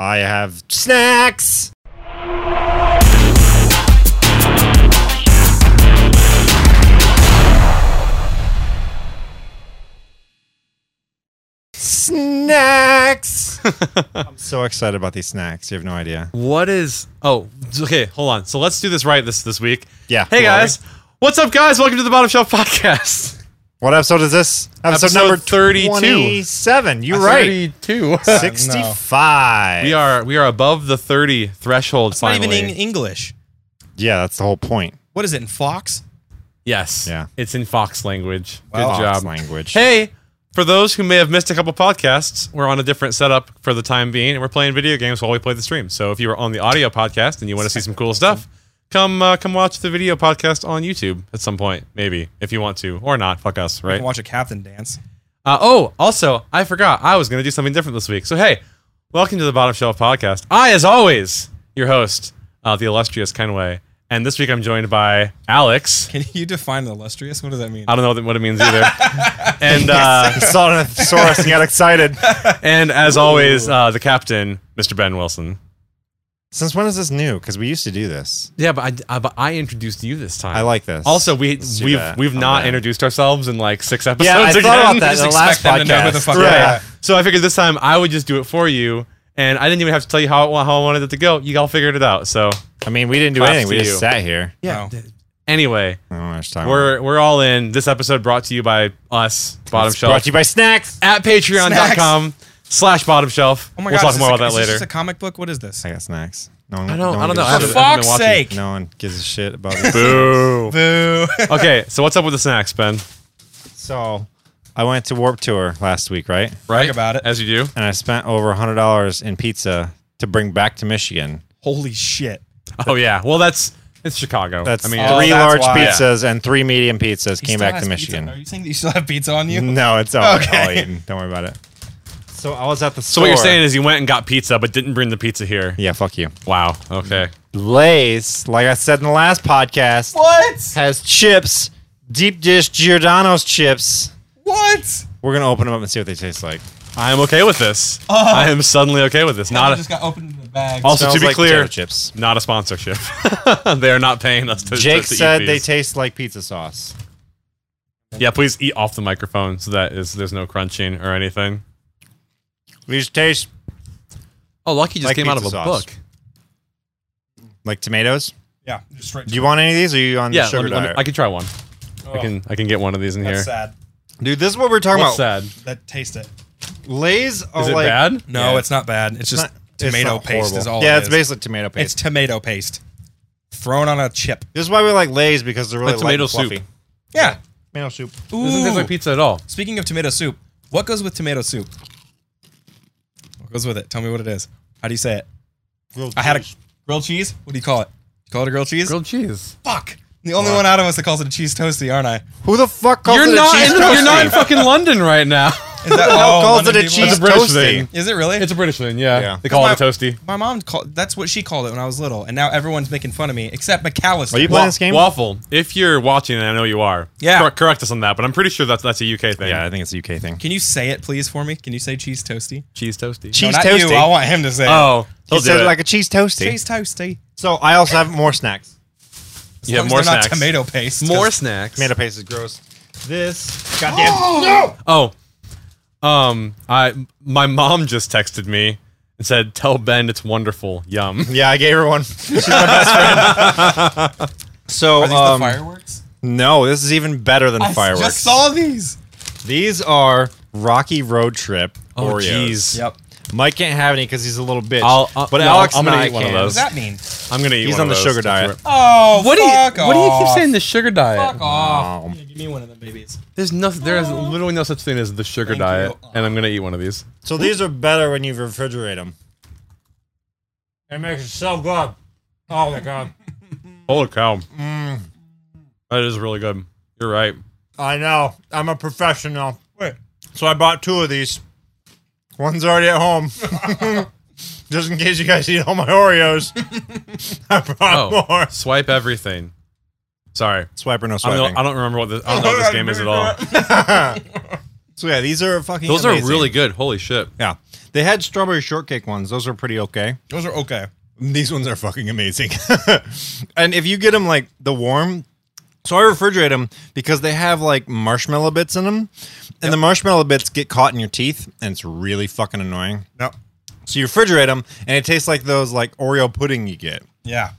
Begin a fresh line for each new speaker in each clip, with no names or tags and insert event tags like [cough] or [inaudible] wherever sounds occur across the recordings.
I have snacks.
[laughs]
Snacks. I'm so excited about these snacks. You have no idea.
What is? Oh, okay. Hold on. So let's do this right this this week.
Yeah,
Hey
Ferrari.
guys, what's up, guys? Welcome to the Bottom Shelf Podcast.
What episode is this? Episode,
Episode
number
32.
27. You're right.
Thirty-two.
[laughs]
[laughs] 65.
We are we are above the thirty threshold.
It's not
finally.
even in English.
Yeah, that's the whole point.
What is it in Fox?
yes.
Yeah.
It's in Fox language.
Fox
Good job.
Language. [laughs]
Hey, for those who may have missed a couple podcasts, we're on a different setup for the time being, and we're playing video games while we play the stream. So if you are on the audio podcast and you want to see some cool stuff, come uh, come watch the video podcast on YouTube at some point, maybe if you want to or not. Fuck us,
You
right?
can watch a captain dance. [laughs]
Uh, oh, also, I forgot I was going to do something different this week. So, hey, welcome to the Bottom Shelf Podcast. I, as always, your host, uh, the illustrious Kenway. And this week I'm joined by Alex.
Can you define illustrious? What does that mean?
I don't know what it means [laughs] either. and uh,
[laughs] saw it saw us and got excited.
and as always, uh, the captain, Mr. Ben Wilson.
Since when is this new? Because we used to do this.
Yeah, but I, I, but I introduced you this time.
I like this.
Also, we
Let's do
we've
that.
we've
I'm
not
down.
introduced ourselves in like six episodes.
yeah, I
again.
thought about that in
Just
the last
expect them to know who the
podcast.
fuck
right.
they are.
So I figured this time I would just do it for you, and I didn't even have to tell you how how I wanted it to go. You all figured it out. So
I mean, we didn't do
Props
anything. We
to
just
you.
sat here.
Yeah. oh
d- Anyway,
I don't know what you're talking about.
we're we're all in. This episode brought to you by us, Bottom
It's
Shelf,
Brought to you by snacks.
at patreon.com slash Bottom Shelf.
Oh my
we'll
god!
talk
is this
more
a-
about that
is this
later.
just a comic book. What is this?
I got snacks. No one.
I don't-
no
I
one
don't know. I
gives a
haven't-
shit.
I haven't been
fuck's
watching.
sake.
No one gives a shit
[laughs]
about this.
Boo.
Boo! [laughs]
okay, so what's up with the snacks, Ben?
So, I went to Warp Tour last week, right?
Right
about it.
as you
[laughs]
do.
And I spent over hundred dollars in pizza to bring back to Michigan.
Holy shit!
Oh yeah. Well, that's it's Chicago.
That's
I
three
mean,
Oh, that's
large
why.
pizzas and three medium pizzas
He
came
still
back
has
to
pizza.
Michigan.
Are you saying that you still have pizza on you?
[laughs] No, it's all,
Okay.
all eaten. Don't worry about it. So I was at the
so
store.
what you're saying is you went and got pizza, but didn't bring the pizza here.
Yeah, fuck you.
Wow. Okay.
Lay's, like I said in the last podcast,
[laughs] What?
has chips, deep dish Giordano's chips.
What?
We're gonna open them up and see what they taste like.
I am okay with
[laughs]
this. I am suddenly okay with this.
I
Not
Oh. just
a,
got opened in the bag.
Also- So to
Smells
be
like
clear-
potato chips.
not a sponsorship. [laughs] they are not paying us to.
Jake
to, to
said
eat
they
these.
taste like pizza sauce.
yeah, please eat off the microphone so that is there's no crunching or anything.
These taste
Oh, Lucky just
Like
came out of a
pizza sauce.
book.
like tomatoes.
yeah, just straight.
Do you want any of these? Or are you on
Yeah,
the sugar
let me- let me-
diet?
I can try one. I
Oh.
can I can get one of these in
That's
here.
sad.
Dude, this is what we're talking
What's
about.
sad?
That taste it.
Lay's are
Is it
Oh, like
bad?
No,
Yeah.
it's not bad. It's just
It's not- it's
tomato
not
paste
horrible.
is all.
Yeah,
it
it's
is.
basically tomato
It's
paste.
tomato paste thrown on a chip.
this is why we like Lay's because they're really
Like
light
tomato
and
soup.
fluffy.
Yeah.
Tomato soup.
Ooh.
Doesn't taste like pizza at all.
Speaking of tomato soup, what goes with tomato soup? What goes with it? Tell me what it is. How do you say it? I had a grilled cheese. What do you call it? You call it a grilled cheese?
Grilled cheese.
Fuck. I'm the only one out of us that calls it a cheese toasty, aren't I?
Who the fuck calls it
You're
a
not
cheese
in,
toasty?
you're not in fucking London right now.
Is that
Who
all
calls it
London
a
people-
cheese
a British
toasty?
thing.
Is it really?
It's a British thing, yeah.
Yeah.
They call it a
That's my-
toasty.
my mom called. That's what she called it when I was little, and now everyone's making fun of me except McAllister.
Are you playing this game?
Waffle. If you're watching, and I know you are,
Yeah.
cor- correct us on that. But I'm pretty sure that's that's a UK thing.
Yeah, I think it's a UK thing.
Can you say it, please, for me? Can you say cheese toasty?
cheese toasty.
Cheese
no, not
toasty.
you. I want him to say. it.
Oh, he'll
He said
do
it
it.
like a cheese toasty.
cheese toasty.
So I also have more snacks.
As
You have
long as
more
they're not
snacks.
tomato paste.
More snacks.
Tomato paste is gross. This goddamn.
Oh, um, I my mom just texted me and said, "Tell Ben it's wonderful, yum."
[gasps] [laughs] Yeah, I gave her one. She's my best friend. [laughs] so
Are these
um,
the fireworks?
no, this is even better than fireworks.
I just saw these.
These are Rocky Road Trip
Oh,
Oreos.
jeez.
Yep.
Mike can't have any because he's a little bitch.
I'll- I'll-
but
no,
Alex
I'm
and
gonna
I
eat one of
can.
those.
What does that mean?
I'm gonna eat.
He's
one
on
of
the
those.
sugar diet.
Oh,
What do you
fuck
What do you keep
off.
saying? The sugar diet.
Fuck off.
Um,
Yeah, give me one of them babies.
There's nothing. There is literally no such thing as the sugar
Thank
diet,
you.
and I'm gonna eat one of these.
so these are better when you refrigerate them. It makes it so good. Oh my god.
Holy cow!
Mm.
That is really good. You're right.
I know. I'm a professional.
Wait.
So I bought two of these. One's already at home. [laughs] Just in case you guys eat all my Oreos. [laughs] I brought
Oh,
more.
swipe everything. Sorry,
Swiper, no
I
swiping.
[laughs]
don't, I don't remember what this, I don't know what this game is at all.
So yeah, these are fucking.
Those
amazing.
are really good. Holy shit.
Yeah, they had strawberry shortcake ones. Those are pretty okay.
Those are okay.
These ones are fucking amazing. [laughs] and if you get them like the warm, so I refrigerate them because they have like marshmallow bits in them, and the marshmallow bits get caught in your teeth, and it's really fucking annoying.
Yep.
So you refrigerate them, and it tastes like those like Oreo pudding you get.
Yeah.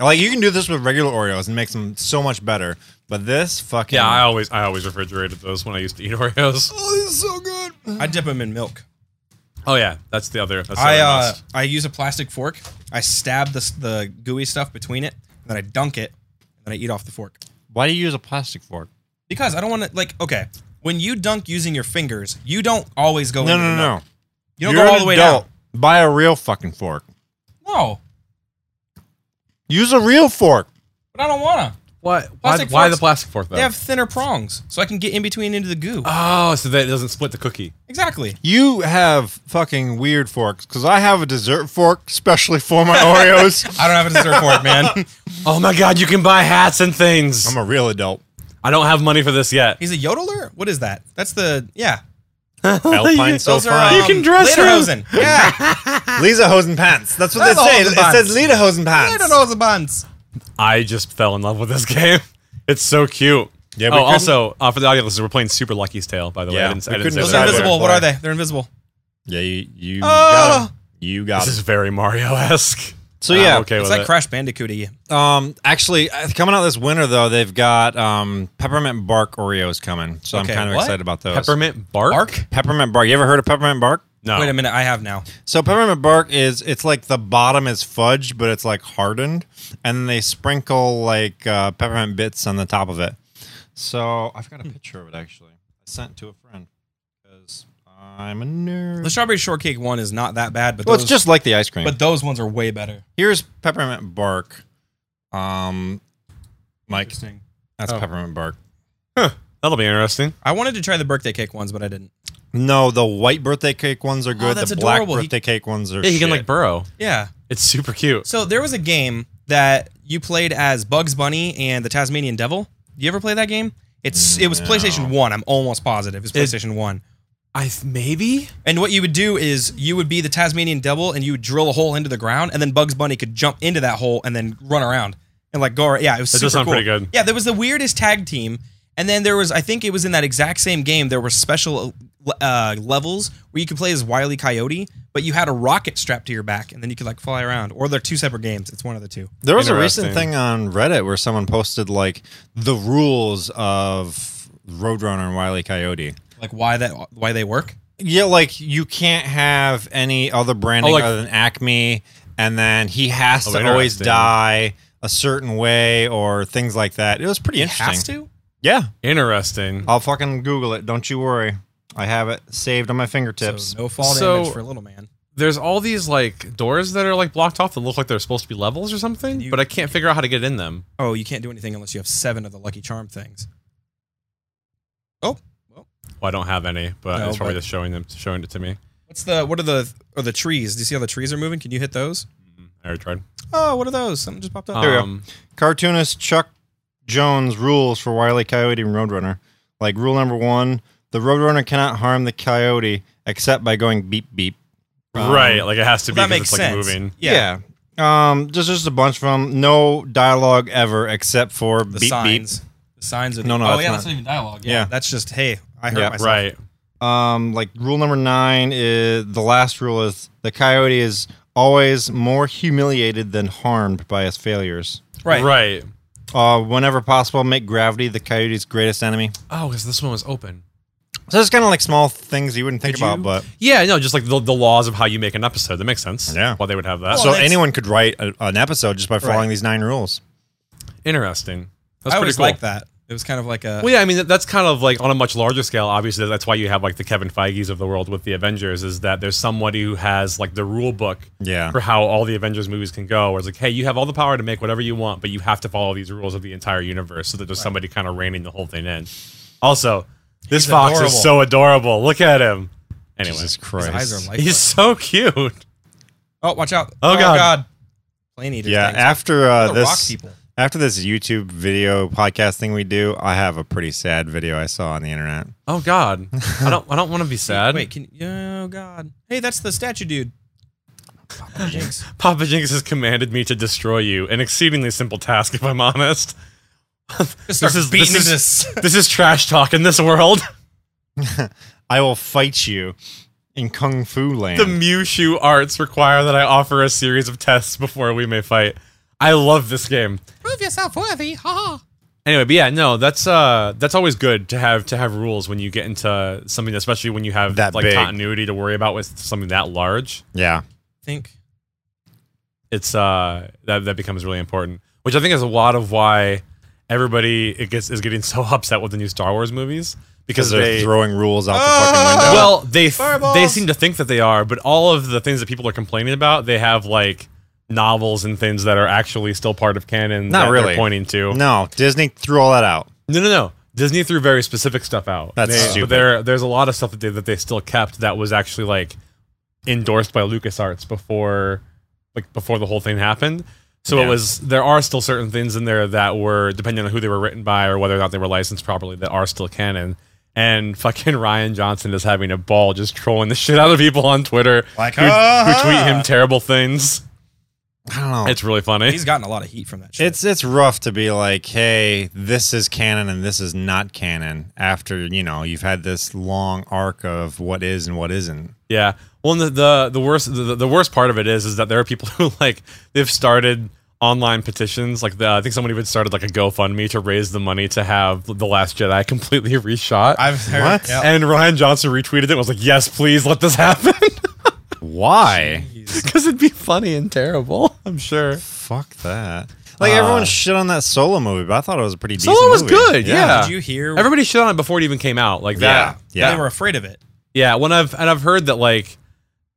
Like you can do this with regular Oreos and makes them so much better. But this fucking
Yeah, I always I always refrigerated those when I used to eat Oreos.
oh, this is so good.
I dip them in milk.
[laughs] Oh yeah, that's the other. That's the
I
other
uh,
must.
I use a plastic fork. I stab the the gooey stuff between it, and then I dunk it, and then I eat off the fork.
Why do you use a plastic fork?
Because I don't want to like okay. When you dunk using your fingers, you don't always go.
No,
into
no,
the
no.
milk. You don't go all the way
down. Buy a real fucking fork.
down. No,
Use a real fork.
but I don't want to.
why why,
plastic
why the
forks-
plastic fork though?
They have thinner prongs, so I can get in between into the goo.
oh, so that it doesn't split the cookie.
exactly.
You have fucking weird forks because I have a dessert fork specially for [laughs] my Oreos.
I don't have a dessert fork, man. [laughs]
Oh my god, you can buy hats and things.
I'm a real adult.
I don't have money for this
[laughs]
yet.
He's a yodeler. What is that? That's the yeah.
Alpine so
Those are um,
fine.
You can dress
Lederhosen.
[laughs]
Yeah,
Lisa Hosenpants. That's what they say. It
Lederhosenpants.
says Lita Hosenpants.
Lederhosenbands.
I just fell in love with this [laughs] game. It's so cute.
Yeah, we
oh,
couldn't-
also, uh, for the audio listeners, we're playing Super Lucky's Tale, by the way.
Yeah,
I didn't, I
we
didn't say
couldn't
Those
that.
are
decide
earlier.
invisible. What
boy.
are they? They're invisible.
Yeah, you, you
Oh.
got 'em. You got
This is
it.
very Mario esque.
So yeah,
I'm okay
It's
with
like
it.
Crash Bandicoot. Yeah.
Um, actually, uh, coming out this winter though, they've got um peppermint bark Oreos coming, so
Okay,
I'm kind of
what?
excited about those.
Peppermint bark?
Bark?
peppermint bark. You ever heard of peppermint bark?
No.
Wait a minute, I have now.
So peppermint bark is it's like the bottom is fudge, but it's like hardened, and they sprinkle like uh, peppermint bits on the top of it. So I've
Hmm.
got a picture of it actually. I sent it to a friend because I'm a nerd.
The strawberry shortcake one is not that bad, but
well,
those,
it's just like the ice cream.
but those ones are way better.
here's peppermint bark. Um, Mike,
Interesting.
that's
Oh.
peppermint bark.
Huh. That'll be interesting.
I wanted to try the birthday cake ones, but I didn't.
No, the white birthday cake ones are good.
Oh, that's
the black
adorable. He-
birthday cake ones are.
Yeah, you can
shit.
like burrow.
Yeah.
It's super cute.
So there was a game that you played as Bugs Bunny and the Tasmanian Devil. You ever play that game? It's it was
No.
PlayStation One. I'm almost positive it's
It-
PlayStation One.
I maybe
And what you would do is you would be the Tasmanian Devil and you would drill a hole into the ground, and then Bugs Bunny could jump into that hole and then run around and like go. Around. Yeah, it was
That
super
does sound
cool.
pretty good.
Yeah, there was the weirdest tag team, and then there was I think it was in that exact same game there were special uh, levels where you could play as Wile E. Coyote, but you had a rocket strapped to your back, and then you could like fly around. Or they're two separate games. It's one of the two.
There was a recent
Interesting.
thing on Reddit where someone posted like the rules of Roadrunner and Wile E. Coyote.
Like why that why they work.
Yeah, like you can't have any other branding
Oh, like-
other than Acme, and then he has
Oh,
to always
interesting.
die a certain way or things like that. It was pretty interesting.
Has to.
Yeah,
interesting.
I'll fucking Google it. Don't you worry. I have it saved on my fingertips.
So no fall
So-
damage for little man.
There's all these like doors that are like blocked off that look like they're supposed to be levels or something,
you-
but I can't figure out how to get in them.
Oh, you can't do anything unless you have seven of the Lucky Charm things.
Well, I don't have any, but
No,
it's probably
but-
just showing them, showing it to me.
What's the what are the or the trees? Do you see how the trees are moving? Can you hit those?
I already tried.
Oh, what are those? Something just popped up.
we go.
Um,
cartoonist Chuck Jones rules for Wile E. Coyote and Roadrunner. Like rule number one, the Roadrunner cannot harm the coyote except by going beep beep. Um,
right, like it has to
Well, that
be
makes
because it's like
sense.
moving.
Yeah.
Yeah. Um, there's just a bunch of them. No dialogue ever except for
The
beep
signs. The signs are the,
No, no,
Oh
that's
yeah,
not-
that's not even dialogue.
Yeah.
That's just hey, I hurt
Yeah,
myself.
Right.
beep. Um, like rule number nine is the last rule is the coyote is always more humiliated than harmed by his failures.
Right.
Right.
Uh, whenever possible, make gravity the coyote's greatest enemy.
Oh, because this one was open.
So it's kind of like small things you wouldn't think about, but
Yeah, no, just like the, the laws of how you make an episode. That makes sense.
Yeah.
Why they would have that.
Well,
so
so
that's-
anyone could write a, an episode just by following
Right.
these nine rules.
interesting. That's pretty
I always
cool.
like that. It was kind of like a
Well, yeah, I mean that- that's kind of like on a much larger scale. Obviously, that's why you have like the Kevin Feige's of the world with the Avengers. Is that there's somebody who has like the rule book
Yeah.
for how all the Avengers movies can go. Where it's like, hey, you have all the power to make whatever you want, but you have to follow these rules of the entire universe, so that there's somebody kind of reining the whole thing in. Also, this
He's
fox
adorable.
is so adorable. Look at him. Anyway,
Jesus
his
Christ.
eyes are lifeless.
he's so cute.
oh, watch out.
Oh, God.
Plane eaters.
yeah,
things.
after
What
uh,
are the rock
this
people.
After this YouTube video podcast thing we do, I have a pretty sad video I saw on the internet.
Oh God, I don't. I don't want to be sad.
Wait, can you? Oh God! Hey, that's the statue dude. Jinx.
Papa Jinx has commanded me to destroy you. An exceedingly simple task, if I'm honest.
Just start
is-
beating
this
into
is-
this. [laughs]
This is trash talk in this world. [laughs]
I will fight you in Kung Fu Land.
The Mushu arts require that I offer a series of tests before we may fight. I love this game.
Prove yourself worthy. Ha
Anyway, but yeah, no, that's uh that's always good to have to have rules when you get into something, especially when you have
That
like
big.
continuity to worry about with something that large.
yeah.
Think.
It's uh that that becomes really important. Which I think is a lot of why everybody it gets is getting so [laughs] upset with the new Star Wars movies.
Because
Because
they're
they
throwing rules out the
Ah!
fucking window.
Well, they they
Fireballs.
seem to think that they are, but all of the things that people are complaining about, they have like novels and things that are actually still part of canon.
Not
that
really.
they're pointing to. No.
no, Disney threw all that out.
no, no, Disney threw very specific stuff out.
That's
They- but
stupid.
There, there's a lot of stuff that they that they still kept that was actually like endorsed by LucasArts before like before the whole thing happened. So it
Yeah.
was there are still certain things in there that were depending on who they were written by or whether or not they were licensed properly that are still canon. And [laughs] fucking Ryan Johnson is having a ball just trolling the shit out of people on Twitter
Like,
who, who tweet him terrible things.
I don't know.
It's really funny.
He's gotten a lot of heat from that shit.
It's it's rough to be like, hey, this is canon and this is not canon after, you know, you've had this long arc of what is and what isn't.
Yeah. Well, and the the, the worst the, the worst part of it is is that there are people [laughs] who like they've started online petitions like the, I think somebody even started like a GoFundMe to raise the money to have the Last Jedi completely [laughs] reshot.
I've heard.
What?
yeah.
And Ryan Johnson retweeted it and was like, yes, please let this [laughs] happen.
Why?
Because it'd be funny and terrible, I'm sure.
Fuck that. Like everyone shit on that solo movie, but I thought it was a pretty decent
Uh, Solo was
movie.
good, yeah.
Did you hear?
Everybody shit on it before it even came out. Like
Yeah.
that.
Yeah.
They were afraid of it.
Yeah. When I've and I've heard that like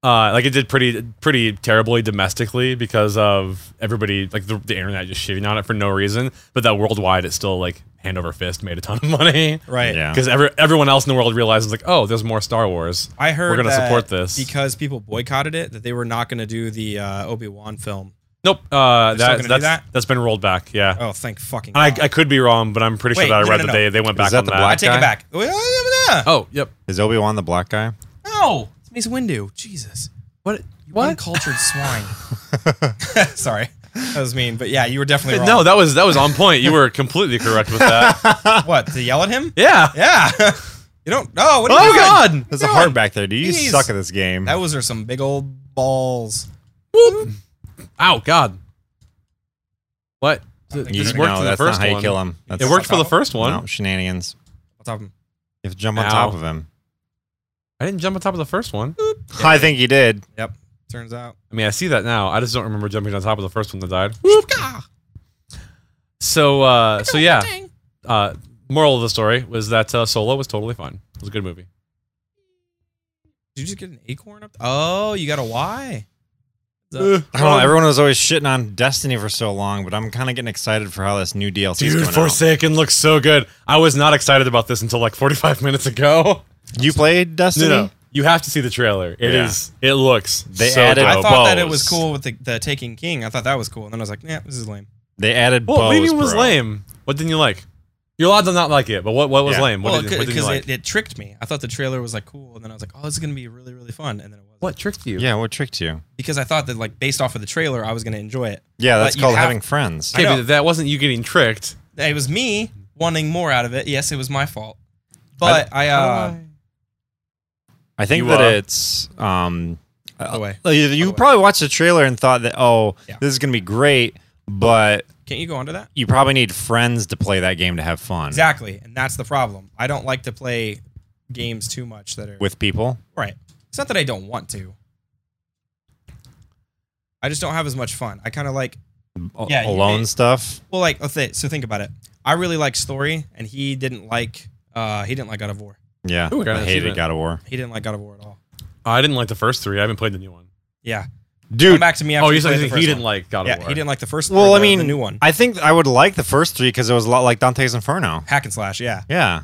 uh like it did pretty pretty terribly domestically because of everybody like the, the internet just shitting on it for no reason. But that worldwide it still like hand over fist made a ton of [laughs] money.
Right.
Yeah.
Because every, everyone else in the world realizes like, oh, there's more Star Wars.
I heard
we're gonna
that
support this.
because people boycotted it. That they were not going to do the uh, Obi Wan film.
nope. Uh,
still
that,
gonna do
that's
that?
that's been rolled back. Yeah.
Oh, thank fucking.
And
God.
I, I could be wrong, but I'm pretty
Wait,
sure that I
no,
read
no,
that
no.
they, they went back
that
on
the
that.
I
black-
take
guy?
it back. Oh,
Oh, yep.
Is Obi Wan the black guy?
no, it's Mace Windu. Jesus,
Oh. What?
uncultured
[laughs]
swine. [laughs] Sorry, that was mean. But yeah, you were definitely
[laughs]
wrong.
No, that was that was on point. You were completely correct with that.
what to yell at him?
Yeah.
[laughs] Yeah. [laughs] you don't. Oh, what are you
Oh
doing?
God.
There's a
No,
heart back there. Do you
jeez.
suck at this game?
That was are some big old balls.
Whoop. Ow, God. What?
You-
It just
no,
worked in the
that's
first
not how you
one.
kill him. That's
It worked for the first one.
No, shenanigans.
I'll top him.
You have to jump on
Ow.
top of him.
I didn't jump on top of the first one.
I think you did.
Yep. Turns out.
I mean, I see that now. I just don't remember jumping on top of the first one that died.
Whoop-ka.
So, uh, so yeah. Uh, moral of the story was that uh, Solo was totally fine. It was a good movie.
Did you just get an acorn up? Oh, you got a Y.
I
Uh,
don't know. Everyone was always shitting on Destiny for so long, but I'm kind of getting excited for how this new DLC is
Dude,
coming
Forsaken looks so good. I was not excited about this until like 45 minutes ago.
out. You played
[laughs]
Destiny?
You have to see the trailer. It is.
Yeah.
It looks.
They
so
added-
dope.
I thought that it was
bows.
cool with the, the Taking King. I thought that was cool. And then I was like, nah, this is lame.
They added
Well,
bows,
what do you mean was
bro.
lame? What didn't you like? You're allowed to not like it, but what, what was
Yeah.
lame? What,
well,
did, what did you
because
like?
it, it tricked me. I thought the trailer was like cool. And then I was like, oh, this is going to be really, really fun. And then it wasn't.
what tricked you?
Yeah, what tricked you?
Because I thought that, like, based off of the trailer, I was going to enjoy it.
Yeah, that's
But you
called
have-
having friends.
Okay,
I know.
but that wasn't you getting tricked.
It was me wanting more out of it. Yes, it was my fault. But I, uh,
I think
You,
that
uh,
it's um
by the way,
you, you
way.
probably watched the trailer and thought that oh,
Yeah.
this is going to be great, but
can't you go on to that?
you probably need friends to play that game to have fun
Exactly. And that's the problem. I don't like to play games too much that are.
with people.
Right. It's not that I don't want to. I just don't have as much fun. I kind of like
a-
Yeah, you-
alone stuff.
well, like let's say, so think about it. I really like story, and he didn't like uh he didn't like God of War.
Yeah,
Ooh, I gotta
I
see
hated
that.
God of War.
He didn't like God of War at all.
I didn't like the first three. I haven't played the new one.
Yeah, come
Dude,
back to me after.
oh,
you
you said
played the
he
first
didn't
one.
like God of
Yeah,
War.
he didn't like the first.
Well,
or
I
the-
mean,
the new one,
I think I would like the first three because it was a lot like Dante's Inferno.
hack and slash. Yeah,
Yeah,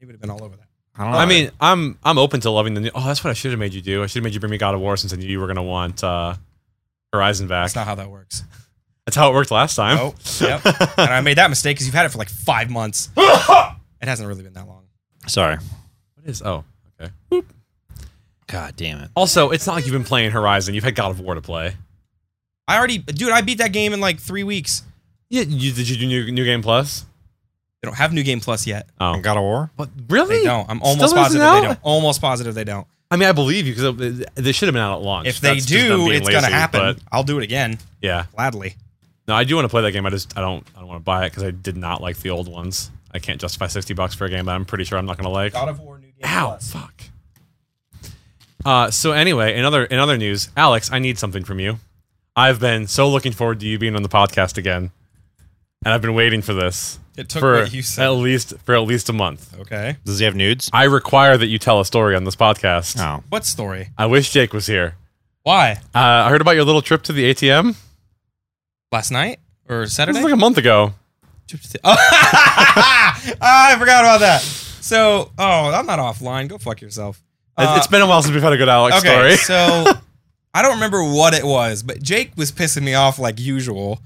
he would have been all over that.
I don't know.
I mean, I'm I'm open to loving the new. Oh, that's what I should have made you do. I should have made you bring me God of War since I knew you were gonna want uh, Horizon back. [laughs]
That's not how that works.
That's how it worked last time.
Oh, yep. and I made that mistake because you've had it for like
[laughs]
five months. it hasn't really been that long.
Sorry.
What is? Oh, okay.
God damn it.
Also, it's not like you've been playing Horizon. You've had God of War to play.
I already, dude, I beat that game in like three weeks.
Yeah, you, did you do new, new game plus?
They don't have New Game Plus yet.
Oh,
And God of War?
but really?
They don't. I'm
Still
almost
isn't
positive they
out?
don't. Almost positive they don't.
I mean, I believe you because they should have been out at launch.
If they
That's just them
do,
being
it's gonna
lazy,
happen.
but
I'll do it again
yeah,
gladly.
no, I do want to play that game. I just I don't I don't want to buy it because I did not like the old ones. I can't justify sixty bucks for a game that I'm pretty sure I'm not gonna like.
of War New Game
Ow, fuck. Uh, so anyway, in other in other news, Alex, I need something from you. I've been so looking forward to you being on the podcast again, and I've been waiting for this
It took
for
what you
at
said.
least for at least a month.
Okay.
Does he have nudes? Oh.
I require that you tell a story on this podcast.
No.
What story?
I wish Jake was here.
Why?
Uh, I heard about your little trip to the ATM.
Last night or
It was
Saturday?
like a month ago.
[laughs] Oh, Ah, I forgot about that. So, oh, I'm not offline. Go fuck yourself.
It-
Uh,
it's been a while since we've had a good Alex
okay,
story.
so I don't remember what it was, but Jake was pissing me off like usual,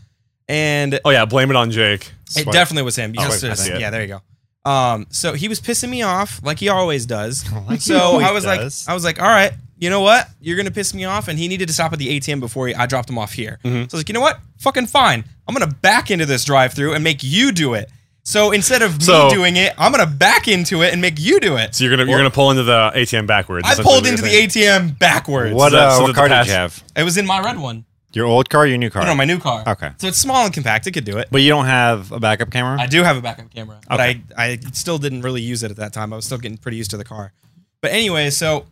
and
[laughs] Oh yeah, blame it on Jake.
it
Swipe.
definitely was him. You
Oh,
just-
wait, I see it.
yeah, there you go. Um, so he was pissing me off like he always does.
Like he
so
always
I was
does.
like, I was like, all right, you know what? You're gonna piss me off, and he needed to stop at the ATM before he, I dropped him off here. So I was like, you know what? Fucking fine. I'm gonna back into this drive-through and make you do it. So instead of
So-
me doing it, I'm gonna back into it and make you do it.
So you're gonna you're gonna pull into the ATM backwards.
I
essentially
pulled
what you're
into the
saying.
ATM backwards.
What,
So that-
uh,
so that
what
the
car did
past-
you have?
It was in my red one.
Your old car or your new car?
No, no, my new car.
Okay.
So it's small and compact. It could do it.
but you don't have a backup camera?
I do have a backup camera, but I, I still didn't really use it at that time. I was still getting pretty used to the car. But anyway, so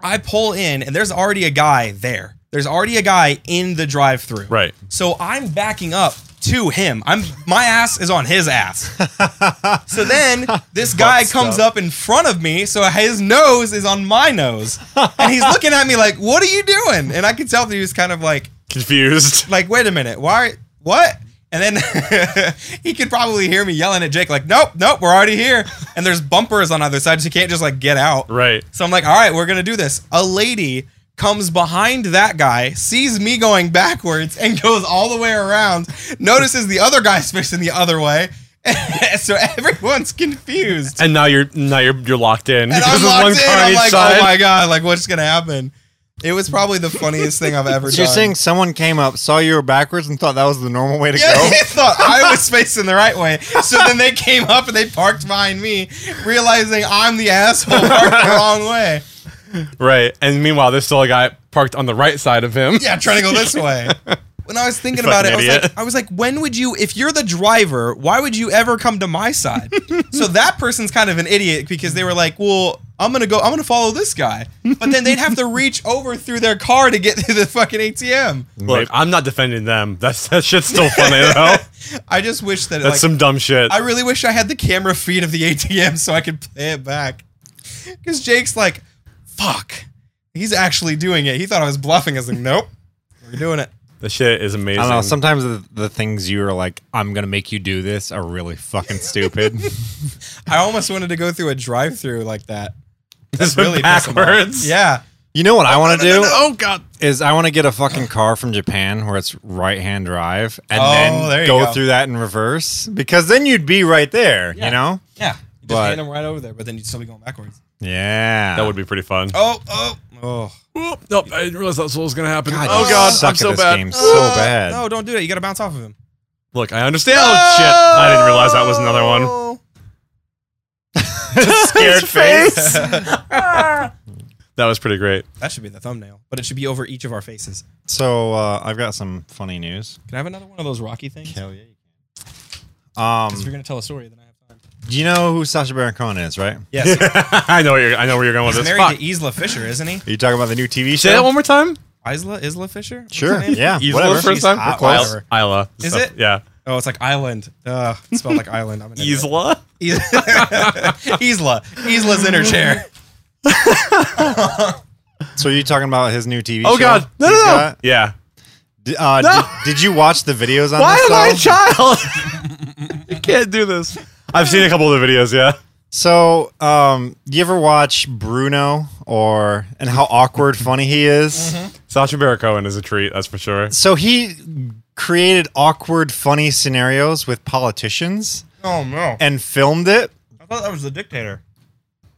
I pull in and there's already a guy there. There's already a guy in the drive thru.
Right.
So I'm backing up to him. I'm my ass is on his ass. so then this guy
Butt
comes
stuff.
up in front of me, so his nose is on my nose. And he's looking at me like, "What are you doing?" And I could tell that he was kind of like
Confused. [laughs]
like, wait a minute, why? What? And then [laughs] he could probably hear me yelling at Jake, like, nope, nope, we're already here. And there's bumpers on either side, so you can't just like get out.
Right.
So I'm like, all right, we're gonna do this. A lady comes behind that guy, sees me going backwards, and goes all the way around. Notices the other guy's facing the other way, [laughs] so
[laughs]
everyone's confused.
And now you're now you're you're locked [laughs] in.
And
because
I'm
there's one
locked in.
car on
I'm
each
like,
side.
oh my god, like what's gonna happen? It was probably the funniest thing I've ever
so
done.
you're saying someone came up, saw you were backwards, and thought that was the normal way to
Yeah, [laughs]
go?
[laughs]
they thought I was facing the right way. So then they came up and they parked behind me, realizing I'm the asshole parked the wrong way.
Right. And meanwhile, there's still a guy parked on the right side of him.
Yeah, trying to go this way. When I was thinking
You
about it, I
fucking
was, like,
idiot.
I was like, when would you, if you're the driver, why would you ever come to my side? so that person's kind of an idiot because they were like, well, I'm going to go, I'm going to follow this guy. But then they'd have to reach over through their car to get [laughs] to the fucking ATM.
[laughs] Look, I'm not defending them. [laughs] That's that shit's
[laughs]
still funny though.
I just wish that,
That's
like,
some dumb shit.
I really wish I had the camera feed of the ATM so I could play it back. Because Jake's like, fuck. He's actually doing it. He thought I was bluffing. I was like, nope, we're doing it.
the shit is amazing.
I don't know. Sometimes the, the things you are like, I'm going to make you do this are really fucking stupid. [laughs]
I almost wanted to go through a drive through like that. That's
This went
really pissed him off.
backwards.
Yeah.
you know what I
[laughs]
want to do?
Oh god.
is I want to get a fucking car from Japan where it's right hand drive and
Oh, there
then
you
go,
go.
through that in reverse because then you'd be right there, you know?
Yeah. You just
But-
hand him right over there, but then you'd still be going backwards.
Yeah.
That would be pretty fun.
Oh, oh, oh.
Oh, nope, I didn't realize that's what was gonna happen.
you
oh god,
suck
I'm
at
so
this
bad. Oh,
game so bad.
Oh.
[laughs]
No, don't do that. You got to bounce off of him.
Look, I understand. Oh shit. I didn't realize that was another one.
Oh.
Scared face. [laughs] that was pretty great. [laughs]
That should be the thumbnail, but it should be over each of our faces.
[laughs] So uh, I've got some funny news.
Can I have another one of those Rocky things? Because
yeah, Um,
you're going to tell a story, then I have time.
do you know who Sasha Baron Cohen is, right?
Yes.
I know what you're, I know where you're going with
He's
this.
married
Fuck.
to Isla Fisher, isn't he?
Are you talking about the new TV
Say that
show?
one more time.
Isla Isla Fisher? What's her
Sure.
name?
Yeah.
Isla
whatever.
first
She's
time?
hot,
Or Klaus?
whatever.
Isla.
Is
Stuff-
it?
Yeah.
Oh, it's like island. Uh, it's spelled like island. I'm an idiot.
Isla.
[laughs] Isla. Isla's in her chair.
So are you talking about his new TV show?
Oh god. No, no,
he's
no.
got?
Yeah.
D- uh,
No.
Did, did you watch the videos on
Why
this,
am I a
though?
child? [laughs] you can't do this. I've seen a couple of the videos, yeah.
So, um, you ever watch Bruno or and how awkward funny he is?
It's Sacha Baron Cohen is a treat, that's for sure.
So he created awkward, funny scenarios with politicians
[laughs]
Oh no!
and filmed it.
I thought that was the dictator.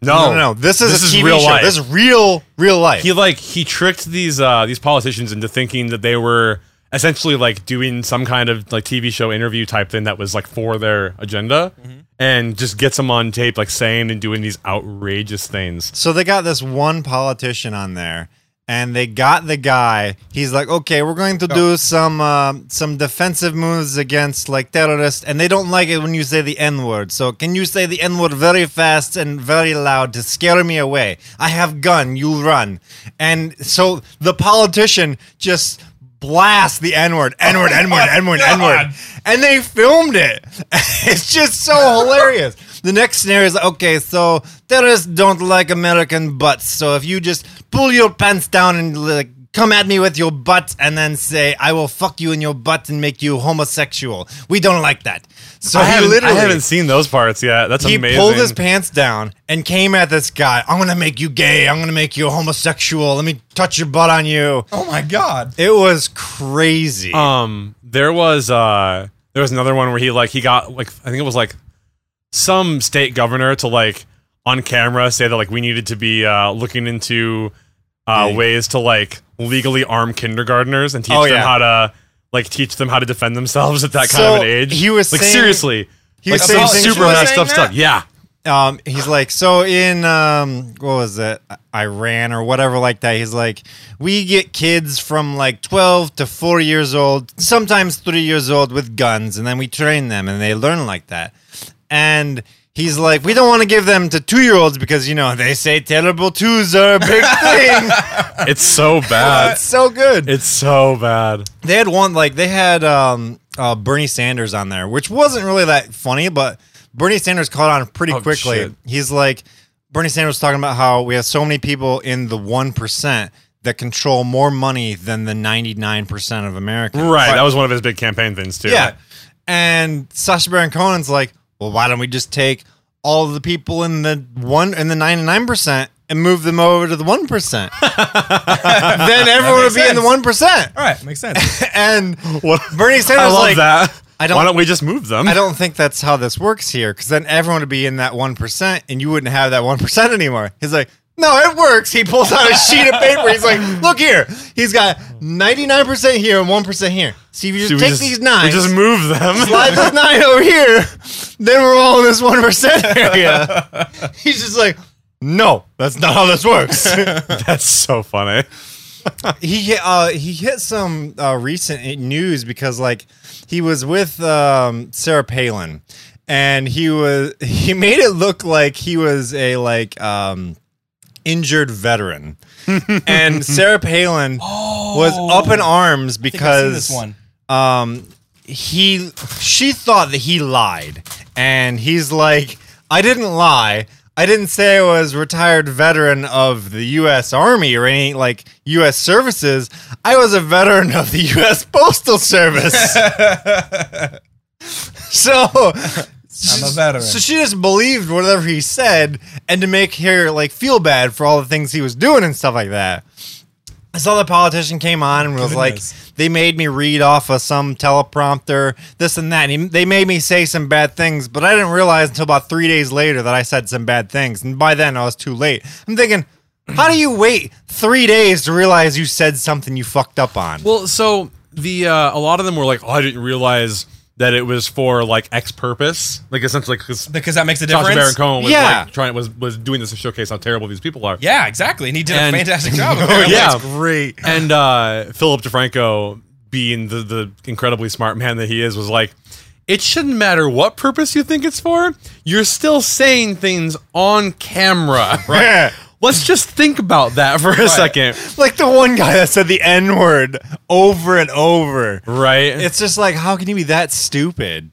No, no, no. This is
Oh, This
a
is
TV
real
show.
life.
This is real, real life.
he like he tricked these uh these politicians into thinking that they were essentially like doing some kind of like TV show interview type thing that was like for their agenda
Mm-hmm.
and just gets them on tape like saying and doing these outrageous things.
So they got this one politician on there, and they got the guy. He's like, "Okay, we're going to do some uh, some defensive moves against like terrorists, and they don't like it when you say the N word. So can you say the N word very fast and very loud to scare me away? I have gun, you run." And so the politician just blasts the N word, N word,
Oh
N word, N word, N word, and they filmed it. [laughs] it's just
[laughs]
so hilarious. The next scenario is okay, so terrorists don't like American butts. So if you just pull your pants down and like come at me with your butt and then say, I will fuck you in your butt and make you homosexual. We don't like that. So
I
he
haven't, I
literally
haven't seen those parts yet. That's
he
amazing.
pulled his pants down and came at this guy. I'm gonna make you gay. I'm gonna make you homosexual. Let me touch your butt on you.
Oh my god!
It was crazy.
um there was uh there was another one where he like he got like I think it was like some state governor to like on camera say that like we needed to be uh looking into uh
Yeah.
ways to like legally arm kindergartners and teach
Oh,
them
yeah.
how to like teach them how to defend themselves at that kind
So,
of an age.
he was
like
saying-
seriously.
he
like
was
some
saying things
super
like-
messed up
Saying
stuff.
that?
Yeah.
um, he's like, so in um, what was it, Iran or whatever like that. He's like, we get kids from like twelve to four years old, sometimes three years old with guns, and then we train them and they learn like that. And he's like, we don't want to give them to two year olds because you know they say terrible twos are a big thing. [laughs]
It's so bad.
That's so good.
it's so bad.
They had one like they had um, uh, Bernie Sanders on there, which wasn't really that funny, but Bernie Sanders caught on pretty
Oh,
quickly.
shit.
He's like, Bernie Sanders was talking about how we have so many people in the one percent that control more money than the ninety nine percent of Americans.
Right. That was one of his big campaign things too.
Yeah. And Sasha Baron Cohen's like, well, why don't we just take all the people in the one in the ninety nine percent and move them over to the one percent? [laughs] then everyone would
makes
be in the
sense.
one percent.
All right, makes sense.
And
What
Bernie Sanders
I love
like,
that.
I don't-
Why don't we just move them?
I don't think that's how this works here, because then everyone would be in that one percent, and you wouldn't have that one percent anymore. He's like, no, it works. He pulls out a sheet of paper. He's like, look here. He's got ninety nine percent here and one percent here. See, if you just
See, we
take
just-
these
We
nine,
just move them.
slide this nine over here, then we're all in this one percent
[laughs]
area. He's just like, no, that's not how this works.
That's so funny.
he hit, uh, he hit some uh, recent news because like he was with um, Sarah Palin, and he was [laughs] he made it look like he was a like um, injured
[laughs]
veteran, and Sarah Palin was up in arms
Oh. I've seen
because
this one.
um he she thought that he lied and he's like i didn't lie i didn't say i was retired veteran of the us army or any like us services i was a veteran of the us postal
[laughs]
service [laughs] so
I'm a veteran.
so she just believed whatever he said and to make her like feel bad for all the things he was doing and stuff like that I saw the politician came on and was
Goodness.
like, they made me read off of some teleprompter, this and that. And he- they made me say some bad things, but I didn't realize until about three days later that I said some bad things. And by then I was too late. I'm thinking, how do you wait three days to realize you said something you fucked up on?
Well, so the uh, a lot of them were like, oh, I didn't realize that it was for like X purpose, like essentially because
because that makes a
Sacha Baron
difference.
Cohen was
Yeah.
like trying was was doing this to showcase how terrible these people are.
Yeah, exactly. And he did
And-
a fantastic job.
[laughs] Oh,
apparently.
yeah.
That's great.
And uh, Philip DeFranco, being the the incredibly smart man that he is, was like. It shouldn't matter what purpose you think it's for. You're still saying things on camera.
[laughs] Yeah.
Let's just think about that for a second,
Like the one guy that said the N word over and over.
right?
It's just like, how can you be that stupid?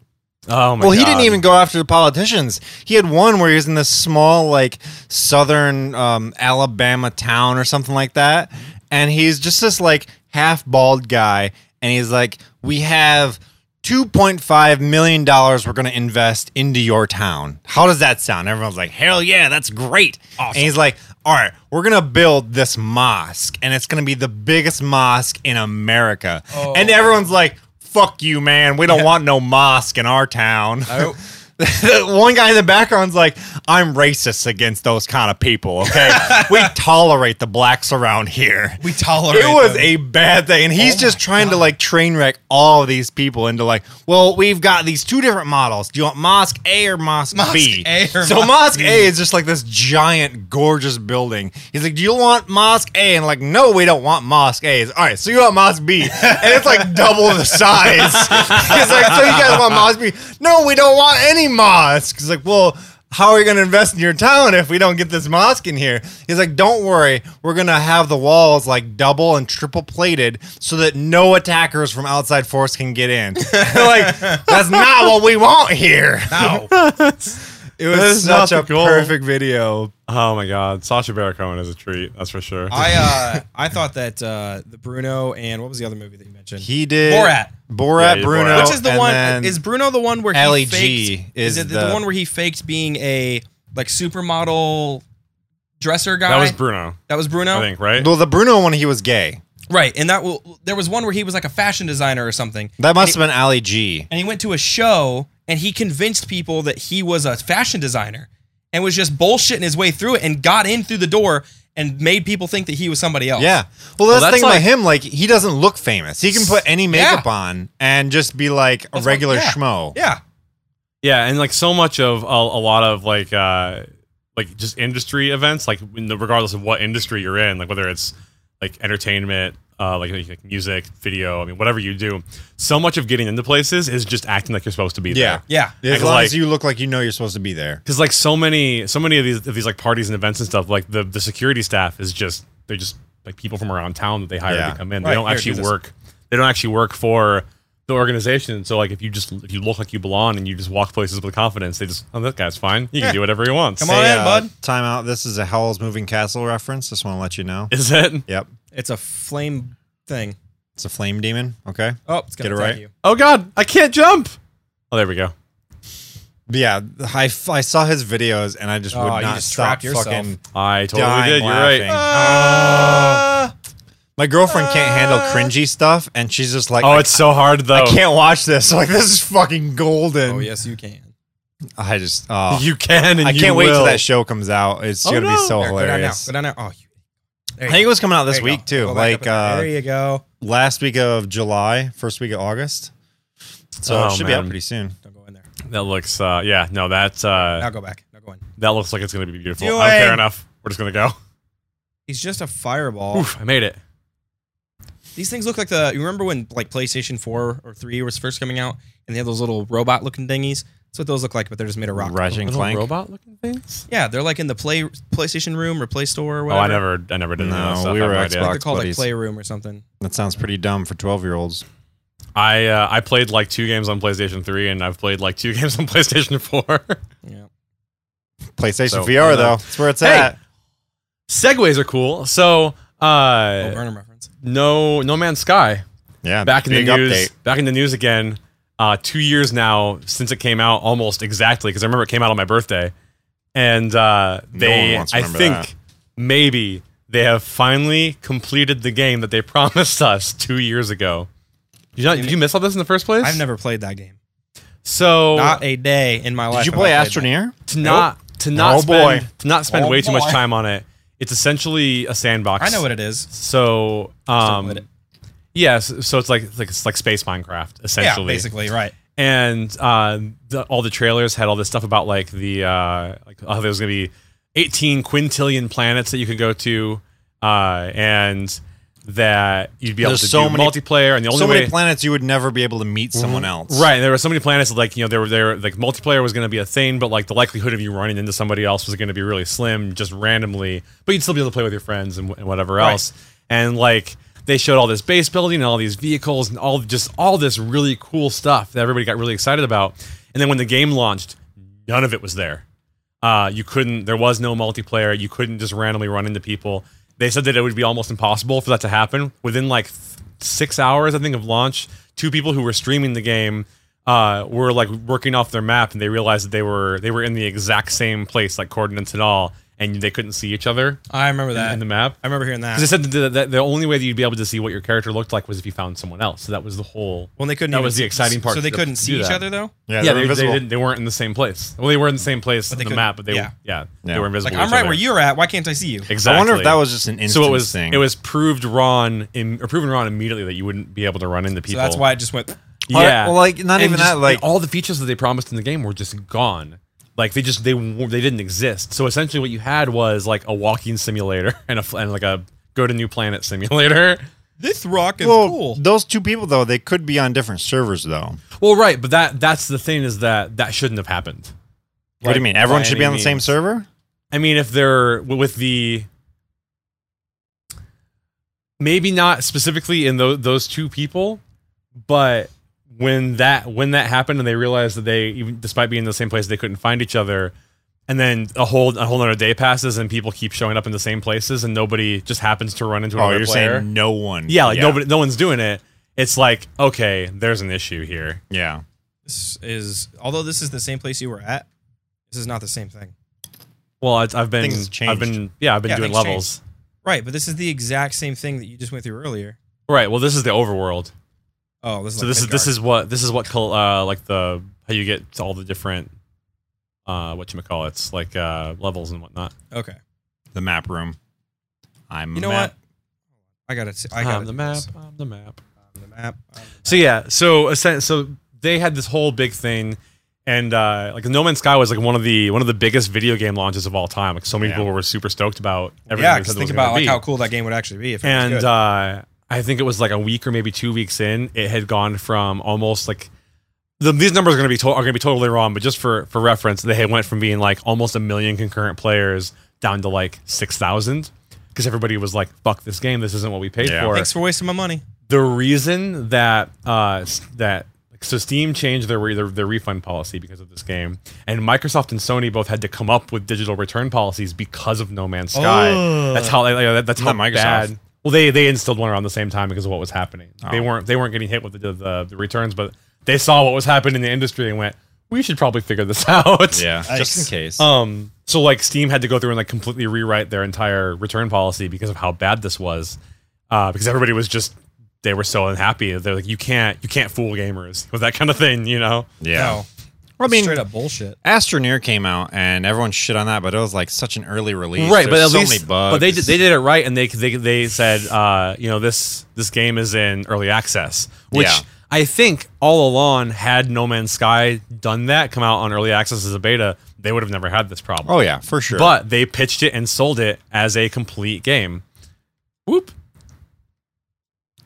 oh my
Well, he didn't
God.
even go after the politicians. He had one where he was in this small, like, southern um, Alabama town or something like that. And he's just this, like, half bald guy. And he's like, We have $2.5 million we're going to invest into your town. How does that sound? Everyone's like, Hell yeah, that's great. And he's like, all right, we're gonna build this mosque, and it's gonna be the biggest mosque in America. And everyone's like, "Fuck you, man! We don't want no mosque in our town."
Oh.
[laughs] One guy in the background's like, "I'm racist against those kind of people.
[laughs]
Okay, we tolerate the blacks around here."
We tolerate
It was
them. Oh
a bad thing. And he's just trying to like train wreck all of these people into like, well, we've got these two different models. Do you want Mosque A or Mosque,
Mosque
B?
A or
so
Mosque
Mosque A is just like this giant, gorgeous building. He's like, do you want Mosque A? And like, no, we don't want Mosque A. He's, all right, so you want Mosque B. And it's like double the size. [laughs] He's like, so you guys want Mosque B? No, we don't want any mosque. He's like, well, how are we going to invest in your town if we don't get this mosque in here? He's like, don't worry. We're going to have the walls like double and triple plated so that no attackers from outside force can get in. [laughs] like, that's not what we want here.
Ow.
It
That is
was such
not
a
the goal.
perfect video.
Oh my God, Sasha Baron Cohen is a treat. That's for sure.
I uh, I thought that uh, the Bruno and what was the other movie that you mentioned?
He did
Borat.
Borat
Yeah,
Bruno.
Borat.
Which is the
and
one?
then-
Is Bruno the one where he
LEG
faked?
is
it the,
the-
one where he faked being a like supermodel dresser guy?
that was Bruno,
That was Bruno.
I think, right?
well the Bruno one? He was gay.
Right, and that will. There was one where he was like a fashion designer or something,
That must have been Ali G.
and he went to a show and he convinced people that he was a fashion designer and was just bullshitting his way through it and got in through the door and made people think that he was somebody else.
Yeah. Well, that's the
that's
thing
like-
about him. Like, he doesn't look famous. He can put any makeup on and just be like a
That's what-
regular
yeah.
schmo.
yeah.
Yeah, and like so much of a, a lot of like uh like just industry events, like in the, regardless of what industry you're in, like whether it's like entertainment, uh, like, like music, video, I mean, whatever you do, so much of getting into places is just acting like you're supposed to be
Yeah.
there.
Yeah.
As
Like,
long
like-
as you look like you know you're supposed to be there.
Because like so many, so many of these of these like parties and events and stuff, like the the security staff is just they're just like people from around town that they hire
Yeah.
to come in.
Right,
They don't
here, do
actually
this.
work. They don't actually work for the organization. So like if you just if you look like you belong and you just walk places with confidence, they just oh that guy's fine. He can do whatever he wants.
Come on in, bud.
uh, Time out. This is a Hell's Moving Castle reference. Just want to let you know.
[laughs] Is it?
Yep.
It's a flame thing.
It's a flame demon. Okay.
Oh, it's gonna
Get it
attack
right.
you.
Oh God, I can't jump. Oh, there we go.
Yeah. I, I saw his videos and I just would
Oh, you
not
just
stop
trapped yourself.
fucking.
I totally
Dying
did. You're
laughing.
right.
Uh,
Ah.
My girlfriend can't handle cringy stuff and she's just like,
oh, it's so hard though.
I can't watch this. [laughs] Like, this is fucking golden.
Oh yes, you can.
I just, oh.
[laughs] [laughs] You can. And
I
you
can't wait till
will.
that show comes out. It's
Oh,
going to
no.
be so
There, go down now.
hilarious.
Go down now. Oh, you- there
I
you
think it
go.
was coming out this
There you
week
go.
too,
Go back
like
up and-
uh,
there you go.
last week of July, first week of August. So
Oh,
it should be out
man.
pretty soon.
Don't go in there.
That looks. Uh, yeah. No, that's. Uh,
Now go back. Now go in.
That looks like it's gonna be beautiful.
Do
I don't
it.
care enough. We're just gonna go.
He's just a fireball.
Oof, I made it.
These things look like the. You remember when like PlayStation Four or Three was first coming out, and they had those little robot-looking dingies. That's what those look like, but they're just made of rock.
Ratchet and Clank.
robot looking things.
Yeah, they're like in the play PlayStation room or Play Store or
Oh,
whatever.
I never, I never did
No,
that stuff.
we
I have
were
no
Xbox.
idea.
They're called
buddies.
like Playroom or something.
That sounds pretty dumb for twelve year olds.
I, uh, I played like two games on PlayStation 3, and I've played like two [laughs] games on PlayStation 4.
Yeah.
PlayStation
So,
VR
uh,
though, that's where it's
Hey!
at.
Segways are cool. So,
Oh,
uh,
Burnham reference.
no, No Man's Sky
Yeah,
back in the
big
news.
update.
Back in the news again. Uh, two years now since it came out, almost exactly because I remember it came out on my birthday, and uh, they,
wants to
I
remember
think,
that.
maybe they have finally completed the game that they [laughs] promised us two years ago. Did you, not, did you miss all this in the first place?
I've never played that game.
So
Not a day in my life.
Oh. Did you
have
play
I played that.
Astroneer?
to not to not
Oh,
spend
boy.
to not spend
Oh,
way too much
boy.
time on it. It's essentially a sandbox.
I know what it is.
So um,
played it.
yes, so it's like it's like it's like space Minecraft
Yeah,
essentially.
basically, right.
and uh, the, all the trailers had all this stuff about like the uh, like oh, there's gonna be 18 quintillion planets that you could go to, uh, and that you'd be able
There's
to
so
do
many-
multiplayer. And the only
So
way Mm-hmm.
many planets you would never be able to meet someone else.
Right. There were so many planets that, like, you know, there were there like multiplayer was going to be a thing, but like the likelihood of you running into somebody else was going to be really slim just randomly, but you'd still be able to play with your friends and, wh- and whatever
Right.
else. And like they showed all this base building and all these vehicles and all just all this really cool stuff that everybody got really excited about. And then when the game launched, none of it was there. Uh, you couldn't. There was no multiplayer. You couldn't just randomly run into people. They said that it would be almost impossible for that to happen within like th- six hours, I think, of launch. Two people who were streaming the game uh, were like working off their map, and they realized that they were they were in the exact same place, like coordinates and all, and they couldn't see each other
I remember that.
in the map.
I remember hearing that.
Because they said that the, the only way that you'd be able to see what your character looked like was if you found someone else. So that was the whole.
when they couldn't.
that
even
was the
see-
exciting part
So they
to-
couldn't
to
see
do
each
that.
other
though.
Yeah,
yeah,
they're
they, they
invisible.
didn't. They weren't in the same place. Well, they were in the same place
they
on the
couldn't-
map, but they
yeah.
yeah, yeah,
Yeah.
they were invisible. to
Like I'm
each
right
other.
where you're at. Why can't I see you?
Exactly.
I wonder if that was just an instant
so. It was
thing.
it was proved wrong in or proven wrong immediately that you wouldn't be able to run into
So
people.
that's why I just went.
Yeah,
Or, like, not even
just
that, like-
all the features that they promised in the game were just gone. Like they just they w- they didn't exist. So essentially, what you had was like a walking simulator [laughs] and a fl- and like a go to new planet simulator. [laughs]
This rock is
Well,
cool.
those two people though, they could be on different servers though.
Well, right, but that that's the thing is that that shouldn't have happened.
what do you
Like,
mean? Everyone
by
should be
any
on the same
means.
server?
I mean, if they're w- with the maybe not specifically in those those two people, but when that when that happened and they realized that they even despite being in the same place they couldn't find each other, and then a whole a whole other day passes and people keep showing up in the same places and nobody just happens to run into
Oh,
another
you're
player.
saying no one.
yeah, like nobody, no one's doing it. It's like okay, there's an issue here.
Yeah.
This is although this is the same place you were at. This is not the same thing.
Well, I, I've been,
Things
I've
changed.
been, yeah, I've been
Yeah,
doing
things changed.
levels.
Right, but this is the exact same thing that you just went through earlier.
Right. Well, this is the overworld.
Oh, this is
so
like
this is this
Midgard.
is what this is what col- uh, like the how you get to all the different uh what you call it's like uh levels and whatnot.
okay.
The map room. I'm
You know what? I got it. I got
Um, the map, um, the map.
The map. um,
So yeah, so essen- so they had this whole big thing, and uh, like No Man's Sky was like one of the one of the biggest video game launches of all time. Like so many
Yeah.
people were super stoked about. everything
Yeah,
they said
because
it
think
was gonna
about like
be.
how cool that game would actually be if it was
and
good.
uh, I think it was like a week or maybe two weeks in, it had gone from almost like the, these numbers are going to be to- are going to be totally wrong, but just for for reference, they had went from being like almost a million concurrent players down to like six thousand because everybody was like, "Fuck this game! This isn't what we paid
Yeah.
for."
Thanks for wasting my money.
the reason that uh s- that so Steam changed their, re- their their refund policy because of this game, and Microsoft and Sony both had to come up with digital return policies because of No Man's Sky.
Ugh.
That's how like, that- that's how
Not Microsoft. Oh.
bad. Well, they they instilled one around the same time because of what was happening. They weren't they weren't getting hit with the, the the returns, but they saw what was happening in the industry and went, "We should probably figure this [laughs] out."
Yeah. Just in
Yikes.
case.
Um, so like Steam had to go through and like completely rewrite their entire return policy because of how bad this was. Uh, because everybody was just they were so unhappy. They're like, you can't you can't fool gamers with that kind of thing, you know?
yeah.
No,
Well, I mean,
straight up bullshit.
Astroneer came out and everyone shit on that, but it was like such an early release.
Right, but
There's
at
so
least
many bugs.
but they did, they did it right, and they they they said, uh, you know, this this game is in early access, which.
Yeah.
I think all along, had No Man's Sky done that, come out on early access as a beta, they would have never had this problem.
Oh yeah, for sure.
But they pitched it and sold it as a complete game. Whoop.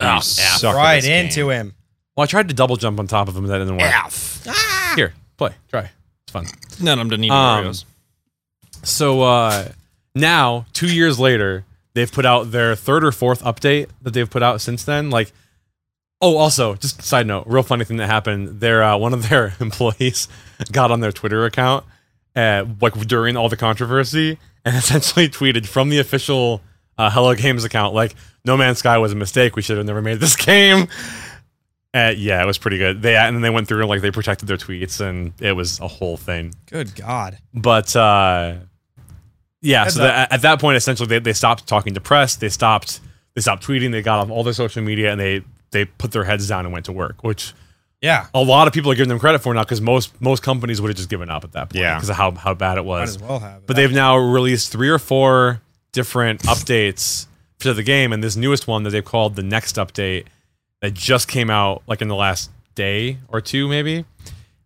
You
Ah,
suck at
Right
this game.
into him.
Well, I tried to double jump on top of him, that didn't work.
F.
Here, play, try. It's fun.
None of them didn't eat
Um,
Oreos.
So uh, now, two years later, they've put out their third or fourth update that they've put out since then. Like, oh, also, just side note, real funny thing that happened. Their uh, one of their [laughs] employees got on their Twitter account, uh, like during all the controversy, and [laughs] essentially tweeted from the official uh, Hello Games account, like, "No Man's Sky was a mistake. We should have never made this [laughs] game." Uh, yeah, it was pretty good. They and then they went through and like they protected their tweets, and it was a whole thing
Good God.
but uh yeah so that, at that point essentially they, they stopped talking to press they stopped they stopped tweeting they got off all their social media and they they put their heads down and went to work which
Yeah.
a lot of people are giving them credit for now because most most companies would have just given up at that point
Yeah.
because of how, how bad it
Might
was
as well have. it.
but they've now released three or four different updates to the game and this newest one that they've called the next update that just came out like in the last day or two maybe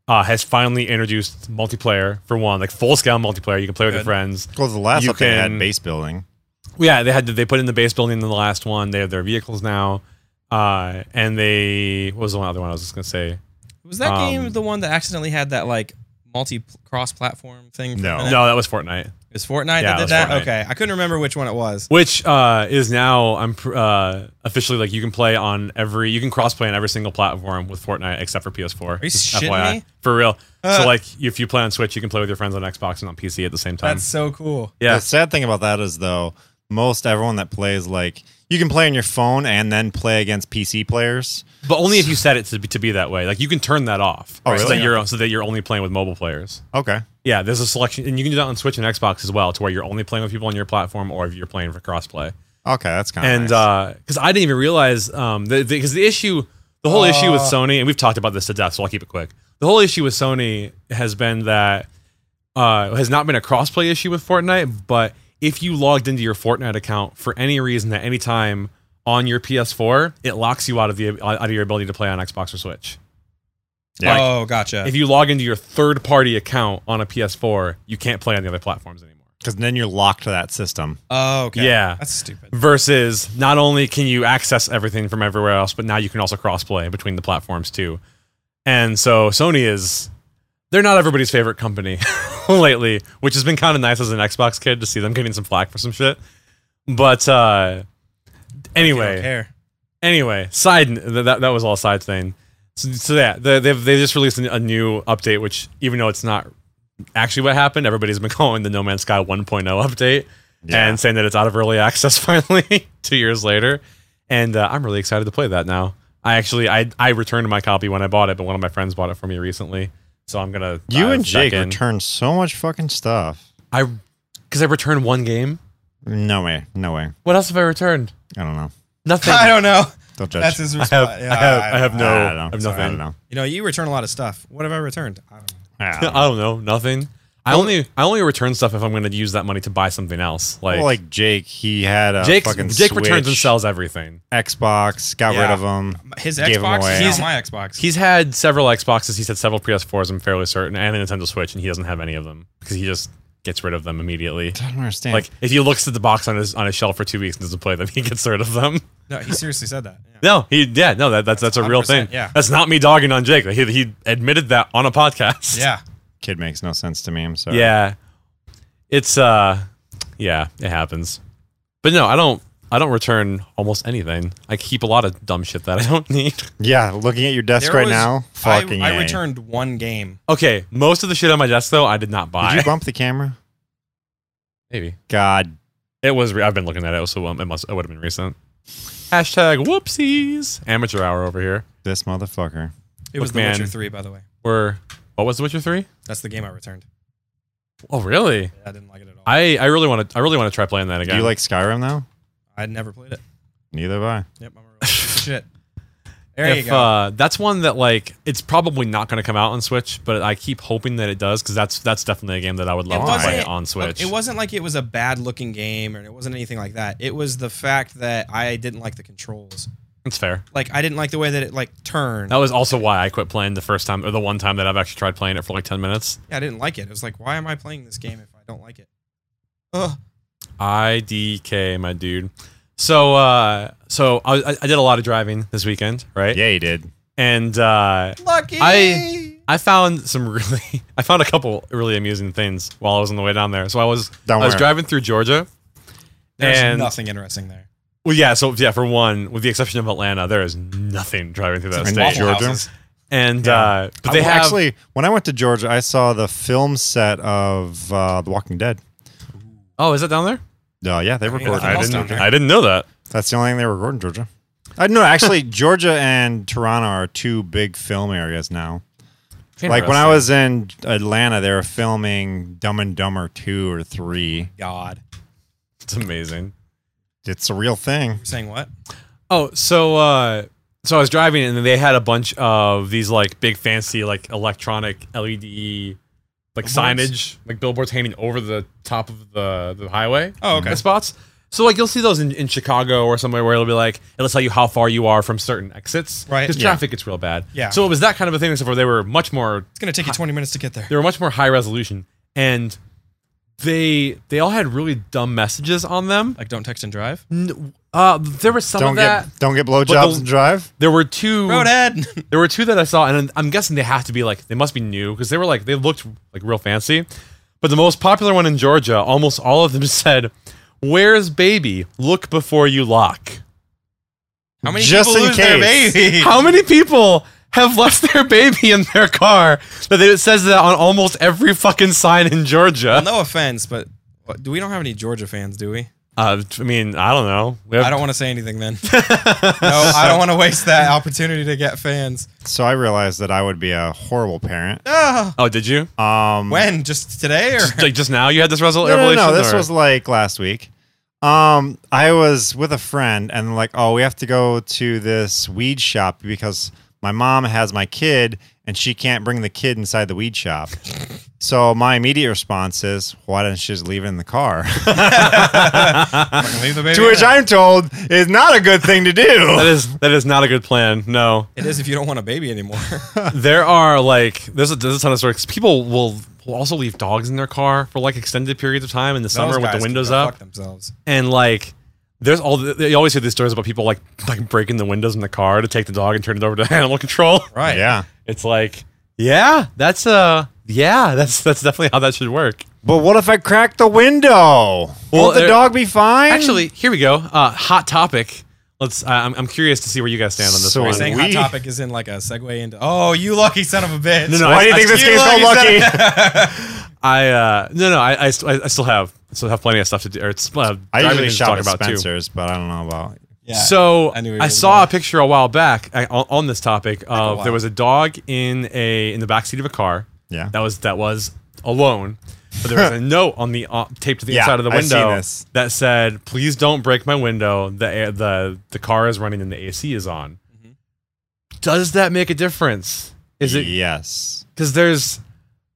uh, has finally introduced multiplayer for one like full scale multiplayer you can play with your
Good.
friends
Well, the last
you
update they
can-
had base building.
yeah, they had they put in the base building in the last one. They have their vehicles now, uh, and they what was the one other one I was just gonna say?
was that
um,
game the one that accidentally had that like multi cross platform thing? for a
No.
minute?
No, that was Fortnite,
It was
Yeah,
Fortnite that
it
did
was
that?
Fortnite.
Okay. I couldn't remember which one it was.
which uh, is now I'm pr- uh, officially like you can play on every you can crossplay on every single platform with Fortnite except for PS4.
you
Just
shitting me?
For real.
Uh.
so like if you play on Switch, you can play with your friends on Xbox and on PC at the same time.
That's so cool.
yeah.
The sad thing about that is though, most everyone that plays like you can play on your phone and then play against PC players.
But only if you set it to be, to be that way. Like you can turn that off.
Oh,
So
really?
that you're so that you're only playing with mobile players.
Okay.
Yeah, there's a selection, and you can do that on Switch and Xbox as well, to where you're only playing with people on your platform, or if you're playing for crossplay.
Okay, that's kind of
and uh, because I didn't even realize um because the, 'cause the issue the whole issue with Sony and we've talked about this to death so I'll keep it quick the whole issue with Sony has been that uh has not been a crossplay issue with Fortnite but if you logged into your Fortnite account for any reason at any time on your PS4 it locks you out of the out of your ability to play on Xbox or Switch
Yeah.
oh, gotcha.
if you log into your third party account on a PS4 you can't play on the other platforms anymore
because then you're locked to that system.
oh, okay.
Yeah.
That's stupid.
versus not only can you access everything from everywhere else, but now you can also crossplay between the platforms too. And so Sony is they're not everybody's favorite company [laughs] lately, which has been kind of nice as an Xbox kid to see them getting some flack for some shit. But uh
They don't
anyway,
care.
anyway, side th- that that was all a side thing. So, so yeah, they they've, they just released an- a new update, which even though it's not actually what happened, everybody's been [laughs] calling the No Man's Sky 1.0 update
Yeah.
and saying that it's out of early access [laughs] finally two years later. And uh, I'm really excited to play that now. I actually I I returned my copy when I bought it, but one of my friends bought it for me recently, so I'm gonna
You
dive
and
back
Jake
in.
return so much fucking stuff.
I because I returned one game.
No way. No way.
What else have I returned?
I don't know. [laughs]
Nothing.
[laughs] I don't know.
Don't judge.
That's his response.
I have,
Yeah,
I have, I
don't
have
know.
no,
I don't know.
I have
Sorry,
nothing.
I don't
[laughs]
know.
You know, you return a lot of stuff. What have I returned? I don't know.
Yeah, I don't know.
[laughs] I don't know. Nothing. I only I only return stuff if I'm going to use that money to buy something else. Like,
Well, like Jake, he had a
Jake
fucking
Jake returns and
Switch,
sells everything.
Xbox, got rid
Yeah.
of him.
His
Gave him
Xbox
away.
is
He's-
not my Xbox.
He's had several Xboxes. He's had several PS4s. I'm fairly certain, and a Nintendo Switch, and he doesn't have any of them because he just gets rid of them immediately.
I don't understand.
Like if he looks at the box on his on his shelf for two weeks and doesn't play them, he [laughs] gets rid of them.
no, he seriously
[laughs]
said that. Yeah.
No, he yeah no that, that's that's a real thing.
100%, yeah.
that's not me dogging on Jake. He he admitted that on a podcast.
Yeah.
kid makes no sense to me. I'm sorry.
Yeah. It's uh yeah, it happens. But no, I don't I don't return almost anything. I keep a lot of dumb shit that I don't [laughs] need.
Yeah, looking at your desk
There
right
was-
now,
I,
fucking.
I
A.
returned one game.
Okay, most of the shit on my desk though, I did not
Did
buy.
you bump the camera?
Maybe.
God,
It was re- I've been looking at it so um, it must it would have been recent. Hashtag whoopsies. Amateur hour over here.
this motherfucker.
It was
Look,
The
man.
Witcher 3, by the way.
We're what was The Witcher 3?
That's the game I returned.
Oh really?
I didn't like it at all. I,
I I really want to I really want to try playing that again.
Do you like Skyrim now?
would never played it.
Neither have I.
Yep, I'm
[laughs]
a real piece of shit. There
if,
you go.
Uh, that's one that like it's probably not going to come out on Switch, but I keep hoping that it does because that's that's definitely a game that I would love to play
wasn't-
on
Look,
Switch.
It wasn't like it was a bad looking game or it wasn't anything like that. It was the fact that I didn't like the controls.
That's fair.
Like I didn't like the way that it like turned.
That was also why I quit playing the first time or the one time that I've actually tried playing it for like ten minutes.
Yeah, I didn't like it. It was like, why am I playing this game if I don't like it? Ugh.
IDK, my dude. So uh, so I, I- I did a lot of driving this weekend, right?
Yeah, you did.
And uh,
Lucky.
I- I found some [laughs] really I found a couple really amusing things while I was on the way down there. So I was
Down
I was
where?
driving through Georgia.
There's
and-
nothing interesting there.
Well, yeah. So yeah, for one, with the exception of Atlanta, there is nothing driving through that
In
state.
Georgia?
and
Yeah.
uh, but
I
they
wa-
have
actually. When I went to Georgia, I saw the film set of uh, The Walking Dead.
oh, is that down there?
Uh, yeah, they recorded.
nothing
I
it.
else down
didn't.
there.
I didn't know that.
That's the only thing they record in Georgia. I know. Actually, [laughs] Georgia and Toronto are two big film areas now. Like when I was in Atlanta, they were filming Dumb and Dumber two or three.
God.
it's amazing.
It's a real thing.
You're saying what?
Oh, so uh, so I was driving, and they had a bunch of these like big fancy like electronic LED like signage, like billboards hanging over the top of the the highway.
Oh, okay.
Spots. So like you'll see those in, in Chicago or somewhere where it'll be like it'll tell you how far you are from certain exits,
Right.
Because
Yeah.
traffic gets real bad.
Yeah.
So it was that kind of a thing, except for they were much more
It's gonna take you 20 minutes to get there.
they were much more high resolution, and they they all had really dumb messages on them.
Like, don't text and drive.
N- Uh, there was some
Don't
of that.
get don't get
But
blowjobs
the-
and drive.
there were two.
Roadhead. [laughs]
There were two that I saw, and I'm guessing they have to be like they must be new because they were like they looked like real fancy. But the most popular one in Georgia, almost all of them [laughs] said, "Where's baby? Look before you lock."
How many
Just
people
in
lose their
case.
baby?
[laughs] How many people have left their baby in their car? That it says that on almost every fucking sign in Georgia.
no offense, but what- do we don't have any Georgia fans, do we?
Uh, I mean, I don't know. We have-
I don't want to say anything then. [laughs] no, I don't want to waste that opportunity to get fans.
So I realized that I would be a horrible parent.
Ah,
Oh, did you?
Um,
when? Just today or?
Just- like just now, you had this resol-
no, no,
revelation.
no, this
or-
was like last week. Um, I was with a friend and like, oh, we have to go to this weed shop because my mom has my kid and she can't bring the kid inside the weed
[laughs]
shop. so my immediate response is, why didn't she just leave it in the car? [laughs]
Leave the [laughs] baby
to which
there.
I'm told is not a good thing to
[laughs] that
do.
is that is not a good plan. No,
It is if you don't want a
[laughs]
baby anymore.
there are like there's a, there's a ton of stories. People will, will also leave dogs in their car for like extended periods of time in the summer
Those
with
guys
the
can
windows
go
up,
Fuck themselves.
and like there's all the, you always hear these stories about people like [laughs] like breaking the windows in the car to take the dog and turn it over to [laughs] animal control.
Right.
Yeah.
It's like yeah, that's uh yeah that's that's definitely how that should work.
But what if I crack the window?
Well,
Won't the
there-
dog be fine?
Actually, here we go. Uh, hot topic. Let's. I I'm, I'm curious to see where you guys stand on this
So
one.
is
Saying
We-
hot topic is in like a segue into. Oh, you lucky son of a bitch.
No, no,
why
I-
do you
I-
think this
you
game's called
lucky
Lucky?
I uh, no no I, I, st- I still have still have plenty of stuff to do. Or it's, uh,
[laughs] I
everything
usually
to
shop
talk
at
about too.
Spencer's, but I don't know about.
Yeah.
So
I knew we
I,
were
saw a
gonna-
picture a while back I, on, on this topic of
while.
there was a dog in a in the backseat of a car.
Yeah.
that was that was alone. But there was
[laughs]
a note on the uh, taped to the
Yeah,
inside of the
I've seen
window
this.
that said, "Please don't break my window. The air, the the car is running and the AC is on."
Mm-hmm.
Does that make a difference? Is it
Yes.
because there's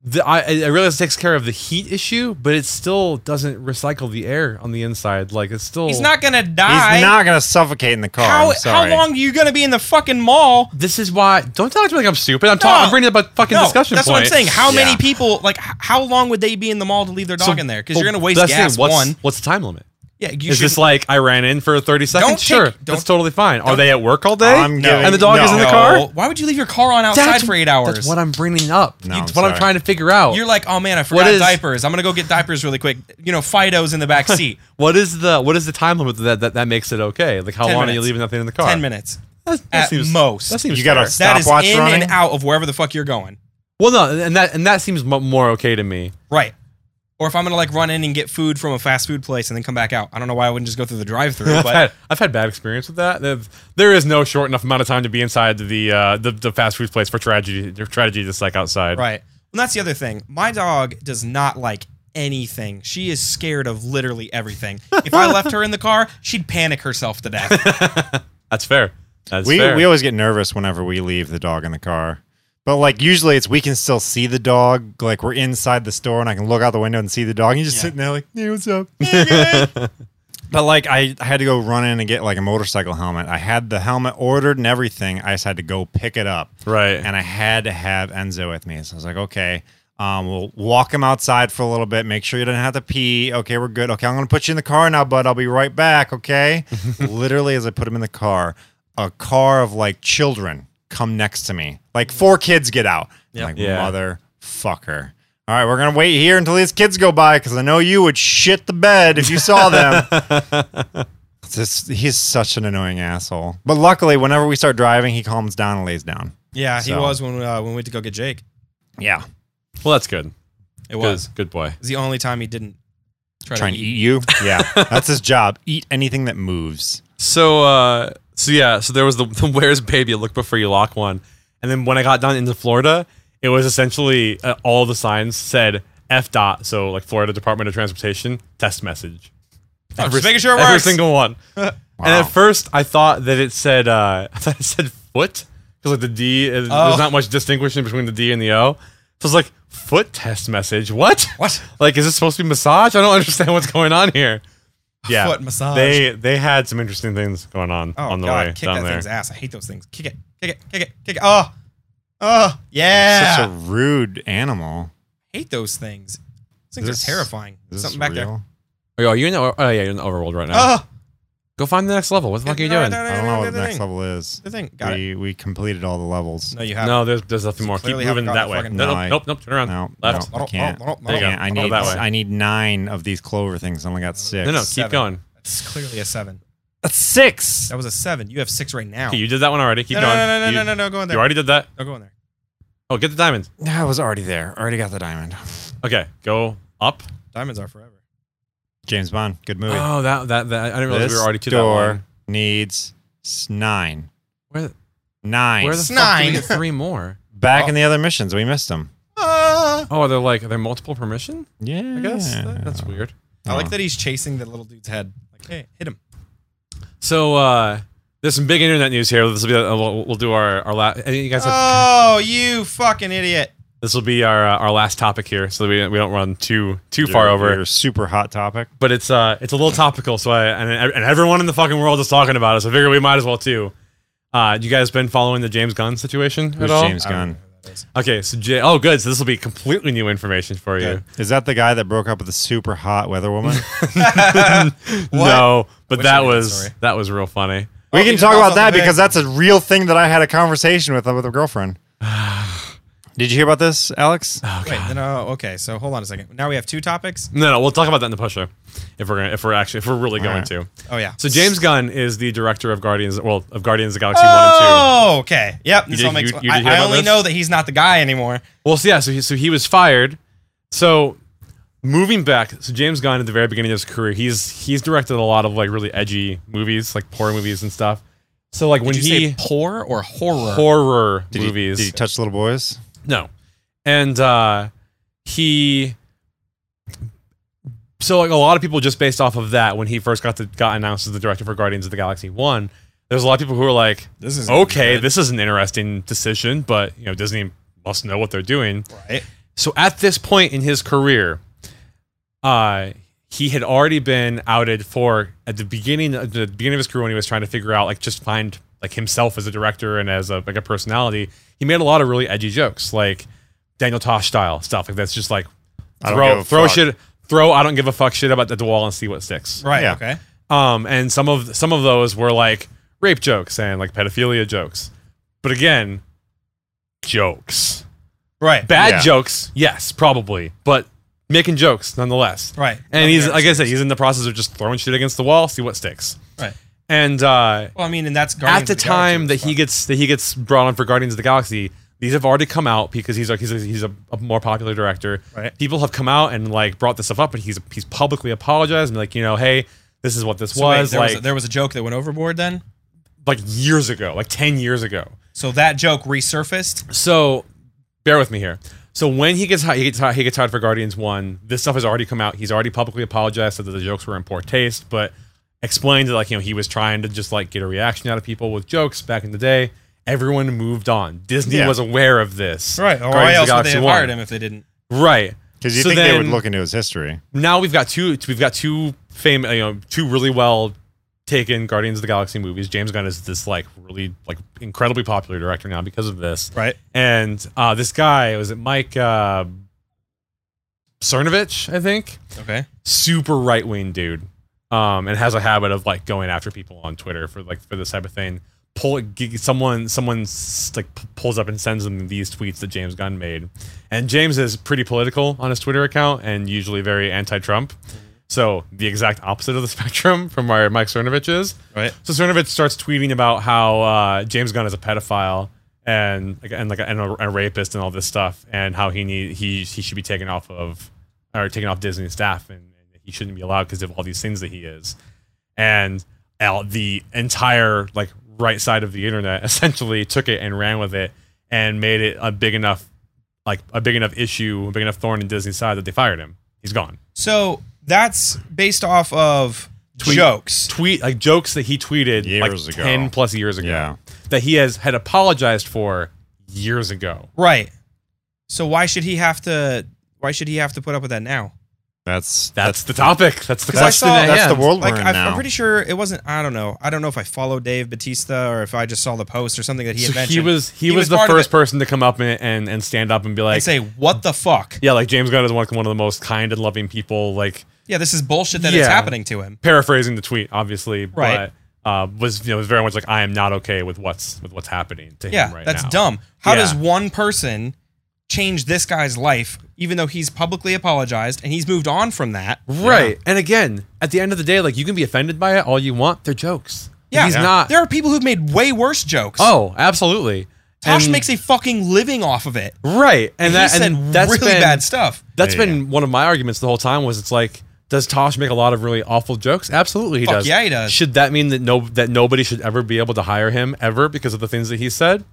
the I, I realize it takes care of the heat issue, but it still doesn't recycle the air on the inside. Like it's still
He's not gonna
He's
die.
not gonna suffocate in the
Oh,
car.
How
I'm sorry.
how long are you gonna be in the fucking mall?
This is why. Don't talk to me like I'm stupid. I'm talking.
No.
I'm bringing up a fucking
No,
discussion
that's what I'm
point.
saying. How many
Yeah.
people? Like, h- how long would they be in the mall to leave their dog in there? Because you're gonna waste
That's the thing,
gas.
What's,
one.
What's the time limit?
Yeah. You
Is
should,
this like I ran in for 30 seconds?
Don't take-
sure,
don't-
that's totally fine. Are they at work all day?
I'm No. giving-
and the dog is in the
no.
car.
Why would you leave your car on outside for eight hours?
That's what I'm bringing up.
No,
that's
I'm
what I'm
sorry.
trying to figure out.
You're like, oh man, I forgot
is-
diapers. I'm gonna go get diapers really quick. You know, Fido's in the back seat.
what is the what is the time limit that that, that makes it okay? Like how
10
long are you
minutes.
leaving nothing in the car?
Ten minutes.
That, that
At
seems,
most.
That seems
You gotta
fair.
stop.
That is
Stopwatch
in
running?
and out of wherever the fuck you're going.
Well, no, and that and that seems mo- more okay to me.
Right. Or if I'm gonna like run in and get food from a fast food place and then come back out. I don't know why I wouldn't just go through the drive-through,
I've
but
had, I've had bad experience with that. There's- There is no short enough amount of time to be inside the uh, the, the fast food place for tragedy for tragedy to like outside.
right. And that's the other thing. My dog does not like anything. She is scared of literally everything. If I left her in the car, she'd panic herself to death.
That's fair. That's
We
fair.
we always get nervous whenever we leave the dog in the car. But like usually it's we can still see the dog. Like we're inside the store and I can look out the window and see the dog. And he's just sitting there like, hey, what's
[laughs]
up? Hey, good." but like I, I had to go run in and get like a motorcycle helmet. I had the helmet ordered and everything. I just had to go pick it up.
Right.
And I had to have Enzo with me. So I was like, okay. Um, we'll walk him outside for a little bit. Make sure you don't have to pee. Okay, we're good. Okay, I'm gonna put you in the car now, bud. I'll be right back.
[laughs]
Okay. Literally, as I put him in the car, a car of like children come next to me. Like four kids get out. I'm Like
Yeah.
motherfucker. All right, we're gonna wait here until these kids go by because I know you would shit the bed if you saw them.
[laughs]
It's just- he's such an annoying asshole. But luckily, whenever we start driving, he calms down and lays down.
Yeah, he
So.
was when uh, when we went to go get Jake.
Yeah.
well, that's good.
It
Good,
was.
good boy.
It was the only time he didn't try
Trying to eat you?
[laughs]
Yeah. That's his job. Eat anything that moves.
So uh, so yeah, so there was the, [laughs] the where's baby look before you lock one, and then when I got down into Florida, it was essentially uh, all the signs said F dot, so like Florida Department of Transportation test message.
Oh, just making sure it
Every
works.
single
[laughs]
one. And at first, I thought that it said uh, [laughs] I thought it said foot because like the D, is
Oh.
there's not much distinguishing between the D and the O. So it's like foot test message. What?
What?
[laughs] Like, is this supposed to be massage? I don't understand what's going on here. Yeah,
Foot massage.
They they had some interesting things going on
Oh
on the
god,
way
kick
down
that
there.
thing's ass. I hate those things. Kick it, kick it, kick it, kick it. Oh, oh, yeah.
Ah!
Such a rude animal.
hate those things. Those things
This-
are terrifying.
Is
Something
this
back there.
real?
Oh, are you in? The, oh yeah, you're in the overworld right now.
Oh,
Go find the next level. What the fuck are you doing?
I don't know what the next level is.
The thing. Got it.
We, we completed all the levels.
No, you have.
No, there's there's nothing more. Keep
clearly haven't
moving that
gotten
way.
fucking-
No,
No,
nope,
I-
nope, nope. Turn around.
No,
Left.
no, I can't.
There you
I can't.
go.
I
Go
need,
that way.
I need nine of these clover things. I only got six.
No, no, keep
Seven.
going.
That's clearly a seven.
That's six.
That was a seven. You have six right now.
Okay, you did that one already. Keep
no, no,
going.
no, no,
you,
no, no, no, go in
You
there.
already did that.
No, go in there.
Oh, get the diamonds.
I was already there. Already got the diamond.
Okay, go up.
Diamonds are forever.
James Bond, good movie.
Oh, that, that that I didn't realize
this
we were already to
door
that one.
needs s- nine.
Where,
Nine.
where the oh. fuck did
Nine.
we get three more?
Back in the other missions, we missed them.
Oh, are there like are there multiple permission?
Yeah.
I guess That- that's weird.
I
Oh.
like that he's chasing that little dude's head. Like, hey, hit him.
So uh, there's some big internet news here. This will be uh, we'll, we'll do our our last. You guys have
Oh, you fucking idiot!
This will be our uh, our last topic here, so that we, we don't run too too far
Your-
over.
Your super hot topic.
But it's uh it's a little topical, so I and and everyone in the fucking world is talking about it, so I figure we might as well too. Uh, you guys been following the James Gunn situation
Who's
at all?
James Gunn?
Okay, so J- oh good, so this will be completely new information for you.
Is that the guy that broke up with the super hot weather
[laughs]
woman?
No, but
Which
that
one?
was
Sorry.
that was real funny.
we can
you
talk about
just bounced off
that
the
because that's a real thing that I had a conversation with with a
[sighs]
girlfriend. Did you hear about this, Alex?
Ah, Oh,
Wait, no, okay. So hold on a second. Now we have two topics.
No, no, we'll talk about that in the push show if we're gonna, if we're actually if we're really going
right.
to.
Oh yeah.
So James Gunn is the director of Guardians, well, of Guardians of the Galaxy One and Two.
Oh, okay. Yep. This
did-
all makes.
you- you did hear
I, I
about
only
this?
know that he's not the guy anymore.
Well, so yeah, so he, so he was fired. So moving back, so James Gunn at the very beginning of his career, he's he's directed a lot of like really edgy movies, like horror movies and stuff. So like when
Did you
he
say poor or horror?
horror
Did you-
movies,
did you touch little boys?
no, and uh, he. So like a lot of people just based off of that when he first got to, got announced as the director for Guardians of the Galaxy One, there's a lot of people who are like,
This is
okay, this is an interesting decision, but you know Disney must know what they're doing.
Right.
So at this point in his career, uh, he had already been outed for at the beginning at the beginning of his career when he was trying to figure out like just find like himself as a director and as a like a personality. He made a lot of really edgy jokes, like Daniel Tosh style stuff. Like that's just like
I don't give
throw
a
throw
fuck.
shit throw I don't give a fuck shit about the wall and see what sticks.
Right.
Yeah.
Okay.
Um, and some of some of those were like rape jokes and like pedophilia jokes. But again, jokes.
Right.
Bad
Yeah.
jokes, yes, probably, but making jokes nonetheless.
Right.
And
Okay,
he's
I
like I said, he's in the process of just throwing shit against the wall, see what sticks.
Right.
And uh,
Well, I mean, and that's
at
Guardians
the
of Galaxy
time
was
that he
fun.
gets that he gets brought on for Guardians of the Galaxy, these have already come out because he's like he's a, he's a, a more popular director.
Right.
People have come out and like brought this stuff up, and he's he's publicly apologized and like you know, hey, this is what this
So wait,
was
there
like
was a, there was a joke that went overboard then.
like years ago, like ten years ago.
So that joke resurfaced.
So bear with me here. So when he gets hi- he gets hi- he gets hired for Guardians One, this stuff has already come out. He's already publicly apologized said that the jokes were in poor taste, but explained that like you know he was trying to just like get a reaction out of people with jokes back in the day. Everyone moved on. Disney
Yeah.
was aware of this.
Or why
Guardians of the
else would they have
Galaxy
hired
1.
him if they didn't?
Right.
Because you
So
think they would
then-
look into his history.
now we've got two we've got two fame you know two really well taken Guardians of the Galaxy movies. James Gunn is this like really like incredibly popular director now because of this.
Right.
And uh this guy was it Mike uh Cernovich, I think.
Okay.
Super right wing dude. Um and has a habit of like going after people on Twitter for like for this type of thing. Pull g- someone someone s- like p- pulls up and sends them these tweets that James Gunn made. And James is pretty political on his Twitter account and usually very anti-Trump. So the exact opposite of the [laughs] spectrum from where Mike Cernovich is.
Right.
So Cernovich starts tweeting about how uh, James Gunn is a pedophile and like and like a, and a, a rapist and all this stuff, and how he need he he should be taken off of or taken off Disney staff, and, and he shouldn't be allowed because of all these things that he is. And Al, the entire like right side of the internet [laughs] essentially took it and ran with it and made it a big enough like a big enough issue, a big enough thorn in Disney's side that they fired him. He's gone.
So that's based off of
Tweet-
jokes.
tweet like jokes that he tweeted
Years
like
ago.
10 plus years ago
Yeah.
that he has had apologized for years ago
Right. So why should he have to? Why should he have to put up with that now?
That's
that's the topic that's the
'Cause I
question
saw-
at
that's the
hand.
world
Like
we're in
i
now.
I'm pretty sure it wasn't. I don't know. I don't know if I followed Dave Batista or if I just saw the post or something that he
So
had mentioned.
he was he,
He
was,
was
the
part of
first
it.
person to come up and, and and stand up and be like
and say, "What the fuck?
yeah like james gunn is one one of the most kind and loving people like
Yeah, this is bullshit that
Yeah.
it's happening to him."
paraphrasing the tweet obviously
Right.
but uh was you know was very much like i am not okay with what's with what's happening to
Yeah,
him right
that's
now.
dumb. How
Yeah.
does one person change this guy's life, even though he's publicly apologized and he's moved on from that?
right and again at the end of the day like you can be offended by it all you want they're jokes
Yeah,
he's not
There are people who've made way worse jokes.
oh absolutely
Tosh
And-
makes a fucking living off of it.
Right, and,
And
that
he said
and that's
really
been,
bad stuff.
That's
Yeah,
been one of my arguments the whole time. Was it's like Does Tosh make a lot of really awful jokes? Absolutely, he
Fuck
does.
yeah, he does.
Should that mean that no that nobody should ever be able to hire him ever because of the things that he said?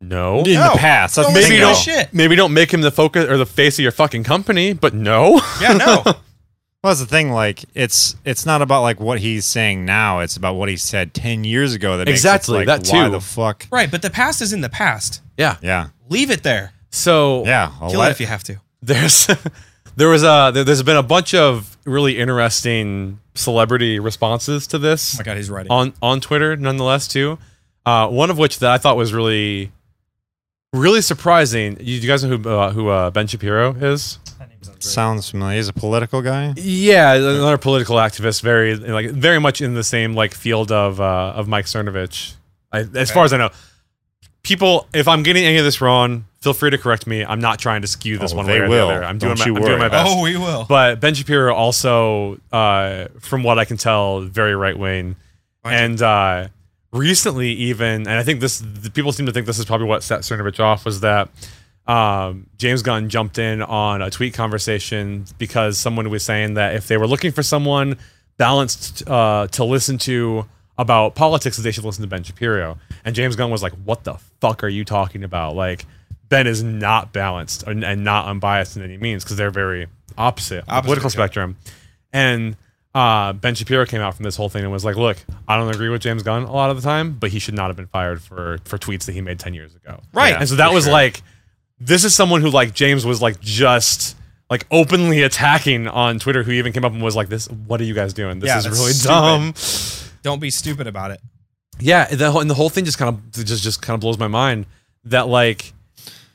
No.
in
No.
the past. That's
No,
the
it's
Maybe
thing,
no
though.
don't
shit.
maybe don't make him the focus or the face of your fucking company, but no. [laughs]
Yeah, no.
Well, that's the thing. Like, it's it's not about like what he's saying now. It's about what he said ten years ago. That
Exactly,
Makes it, like,
that
Why
too.
the fuck?
[laughs] right, but the past is in the past.
yeah.
Yeah.
Leave it there.
So
Yeah. a
Kill
lot-
it if you have to.
there's [laughs] there was a there, there's been a bunch of really interesting celebrity responses to this
God, he's writing.
on on Twitter nonetheless too. Uh, one of which that I thought was really really surprising. You, you guys know who uh, who uh, Ben Shapiro is?
sounds familiar. He's a political guy.
Yeah, another political activist, very like very much in the same like field of uh, of Mike Cernovich. I, as far as I know, people. If I'm getting any of this wrong, feel free to correct me. I'm not trying to skew this
Oh,
one
they
way or
will.
the other. I'm doing,
Don't
my,
you
I'm doing
worry.
my best.
Oh, we will.
But Ben Shapiro also, uh, from what I can tell, very right wing,
Right.
and uh, recently even, and I think this the people seem to think this is probably what set Cernovich off was that um, James Gunn jumped in on a tweet conversation because someone was saying that if they were looking for someone balanced uh, to listen to about politics, that they should listen to Ben Shapiro. And James Gunn was like, "What the fuck are you talking about? Like." Ben is not balanced and, and not unbiased in any means because they're very opposite, on the
Opposite,
political
yeah.
spectrum. And uh, Ben Shapiro came out from this whole thing and was like, "Look, I don't agree with James Gunn a lot of the time, but he should not have been fired for for tweets that he made ten years ago."
Right.
And so that was like, this is someone who like James was like just like openly attacking on Twitter, who even came up and was like, "This, what are you guys doing? This
Yeah,
is
that's
really
stupid.
dumb."
Don't be stupid about it.
yeah the whole, and the whole thing just kind of just just kind of blows my mind that like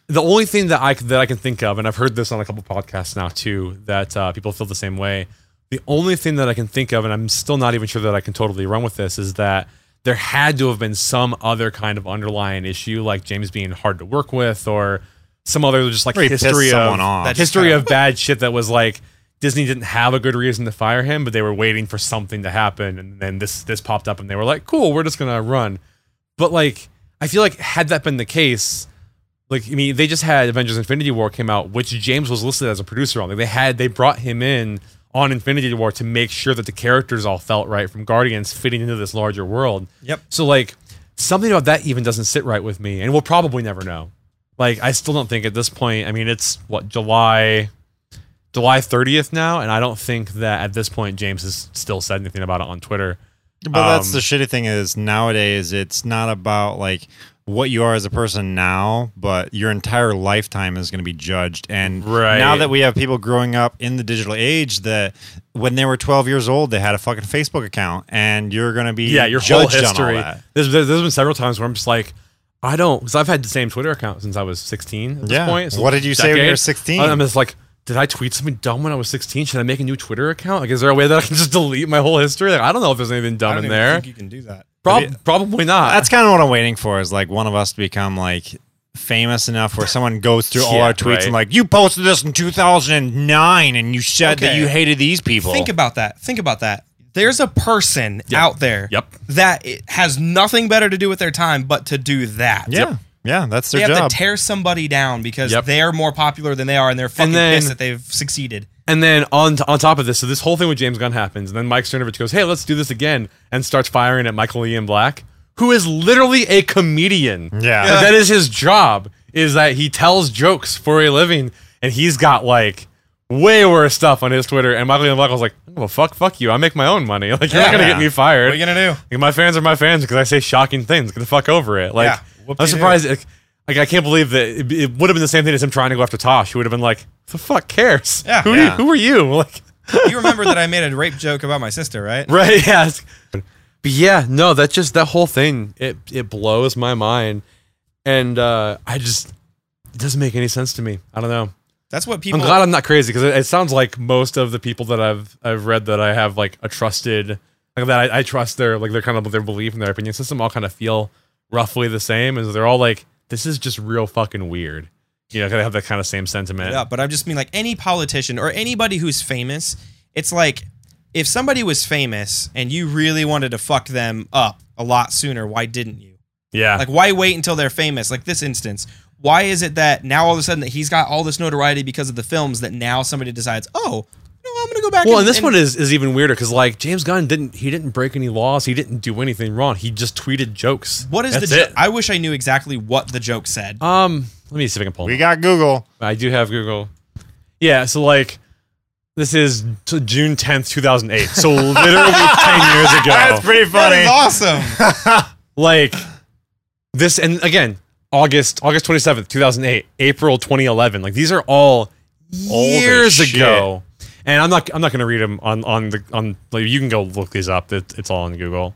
the only thing that i c- that i can think of and i've heard this on a couple podcasts now too that uh, people feel the same way the only thing that i can think of and i'm still not even sure that i can totally run with this is that there had to have been some other kind of underlying issue like james being hard to work with or some other just like
Or he pissed
history of
someone off.
That just
history
kinda-
of bad shit that was like Disney didn't have a good reason to fire him, but they were waiting for something to happen, and then this this popped up, and they were like, "Cool, we're just gonna run." But like, I feel like had that been the case, like I mean, they just had Avengers: Infinity War came out, which James was listed as a producer on. Like they had they brought him in on Infinity War to make sure that the characters all felt right from Guardians fitting into this larger world.
Yep.
So like something about that even doesn't sit right with me, and we'll probably never know. Like I still don't think at this point. I mean, it's what July, July thirtieth now, and I don't think that at this point James has still said anything about it on Twitter.
But that's
Um,
the shitty thing is nowadays it's not about like what you are as a person now, but your entire lifetime is going to be judged. And
Right.
now that we have people growing up in the digital age that when they were 12 years old, they had a fucking Facebook account and you're going to be
yeah, your whole
judged on all
history.
that.
There's, there's there's been several times where I'm just like, I don't, because I've had the same Twitter account since I was 16. At this
Yeah.
point, It's
What
a
did you say when you
decade.
were 16?
I'm just like, did I tweet something dumb when I was 16? Should I make a new Twitter account? Like, is there a way that I can just [laughs] delete my whole history? Like, I don't know if there's anything dumb in there.
you can do that.
Prob- probably not.
That's kind of what I'm waiting for is like one of us to become like famous enough where someone goes through all
Yeah,
our tweets
right.
and like, you posted this in 2009 and you said that
Okay.
you hated these people.
Think about that. Think about that. There's a person out there
Yep.
that it has nothing better to do with their time but to do that.
yeah. Yeah. That's
They
their
have
job.
to tear somebody down because
Yep.
they're more popular than they are and they're fucking
then-
pissed that they've succeeded.
And then on on top of this, so this whole thing with James Gunn happens, and then Mike Cernovich goes, "Hey, let's do this again," and starts firing at Michael Ian Black, who is literally a comedian.
Yeah.
Like, that is his job. Is that he tells jokes for a living, and he's got like way worse stuff on his Twitter. And Michael Ian Black was like, "Oh, "Well, fuck, fuck you. I make my own money. [laughs] Like you're not gonna
Yeah.
get me fired.
What are you gonna do?
Like, my fans are my fans because I say shocking things. Get the fuck over it. Like
Yeah.
I'm
Whoop-dee-doo.
surprised. Like, like, I can't believe that it, it would have been the same thing as him trying to go after Tosh. Who would have been like, "The fuck cares?
Yeah.
who
Yeah.
Are you, who are you?" [laughs] Like,
You remember that I made a rape joke about my sister, right?
right? [laughs] Yeah. It's- But yeah, no, that just that whole thing it it blows my mind, and uh I just it doesn't make any sense to me. I don't know.
That's what
I'm
people
glad I'm not crazy because it, it sounds like most of the people that I've I've read that I have like a trusted like that I, I trust their like their kind of their belief and their opinion system all kind of feel roughly the same as they're all like this is just real fucking weird. You know, 'cause they have that kind of same sentiment.
it up, but I just mean like any politician or anybody who's famous. It's like if somebody was famous and you really wanted to fuck them up a lot sooner, why didn't you?
Yeah,
Like why wait until they're famous? Like this instance, why is it that now all of a sudden that he's got all this notoriety because of the films that now somebody decides, oh, you know well, I'm gonna go back.
Well, and this one is, is even weirder because like James Gunn didn't he didn't break any laws. He didn't do anything wrong. He just tweeted jokes.
What is the?
That's
Jo-
it.
I wish I knew exactly what the joke said.
um, let me see if I can pull.
We
it
got Google.
up. I do have Google. Yeah, so like this is t- June tenth, two thousand eight. So literally [laughs] ten years ago.
That's pretty funny.
awesome.
[laughs] like this and again august august 27th 2008 april 2011 like these are all
Old as
years
shit.
ago and i'm not i'm not gonna read them on on the on like you can go look these up it, it's all on google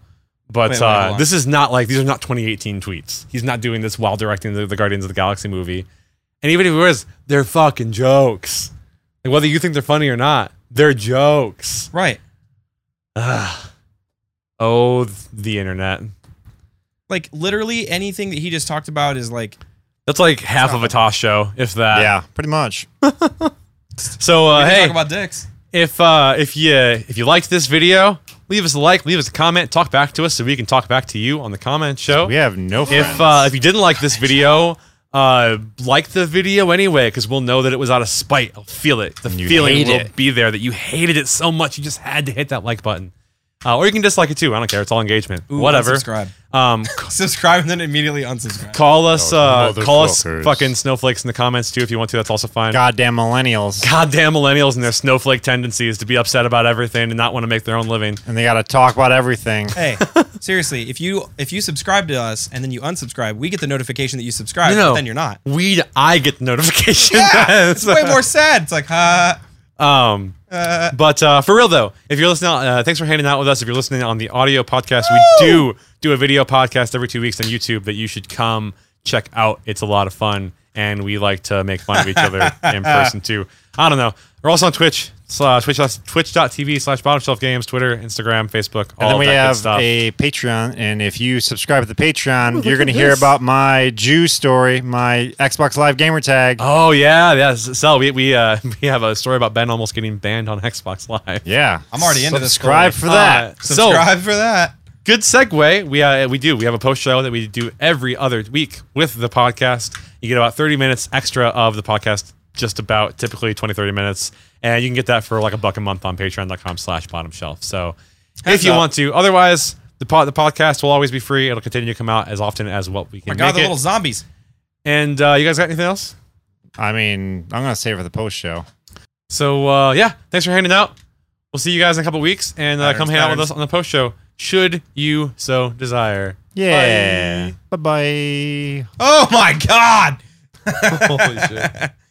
but
Wait, wait, hold
uh,
on.
this is not like these are not 2018 tweets he's not doing this while directing the, the guardians of the galaxy movie and even if he was they're fucking jokes like whether you think they're funny or not they're jokes
right.
Ugh. oh th- the internet
Like literally anything that he just talked about is like
That's like half of a Tosh show, if that.
yeah, pretty much.
So uh,
we
hey,
talk about dicks.
if uh, if you if you liked this video, leave us a like, leave us a comment, talk back to us so we can talk back to you on the comment show.
We have no friends.
If uh, if you didn't like this video, uh, like the video anyway, because we'll know that it was out of spite. I'll feel it. The
You
feeling
hate
will
it.
be there that you hated it so much you just had to hit that like button. Uh, or you can dislike it too. I don't care. It's all engagement.
Ooh,
Whatever.
Subscribe.
Um,
Subscribe and then immediately
[laughs]
unsubscribe.
call us. Uh, call us
Motherfuckers.
fucking snowflakes in the comments too if you want to. That's also fine.
Goddamn millennials.
goddamn millennials and their snowflake tendencies to be upset about everything and not want to make their own living.
And they got to talk about everything.
Hey, [laughs] seriously, if you if you subscribe to us and then you unsubscribe, we get the notification that you subscribe,
No, no.
but then
[laughs]
you're not.
We, I get the notification.
Yeah, [laughs] it's way more sad. It's like, huh?
Um,
Uh,
[laughs] but uh, for real though, if you're listening, uh, thanks for hanging out with us. If you're listening on the audio podcast, we do do a video podcast every two weeks on YouTube that you should come check out. It's a lot of fun, and we like to make fun of each
[laughs]
other in person too. I don't know. We're also on Twitch. Slash Twitch twitch.tv slash bottom shelf games, Twitter, Instagram, Facebook,
And
all
then
of
we
that good
have
stuff.
a Patreon, and if you subscribe to the Patreon, you're going to hear about my Jew story, my Xbox Live gamer tag.
Oh yeah, yeah. So we we uh, [laughs] we have a story about Ben almost getting banned on [laughs] Xbox Live.
yeah,
I'm already into this
subscribe
story.
for that.
Uh,
subscribe for that.
So good segue. We uh, we do we have a post show that we do every other week with the podcast. You get about 30 minutes extra of the podcast, just about typically 20 30 minutes, and you can get that for like a buck a month on Patreon.com/slash Bottom Shelf. So if
Heads
you
up.
want to, otherwise. The, pod, the podcast will always be free. It'll continue to come out as often as what we can
My God,
make
the
it.
little zombies.
and uh, you guys got anything else?
I mean, I'm going to save it for the post show.
So uh, yeah, thanks for hanging out. We'll see you guys in a couple weeks, and uh,
Patterns,
come hang out with
patterns.
us on the post show, should you so desire.
Yeah. Bye bye.
Oh my God.
[laughs] Holy shit.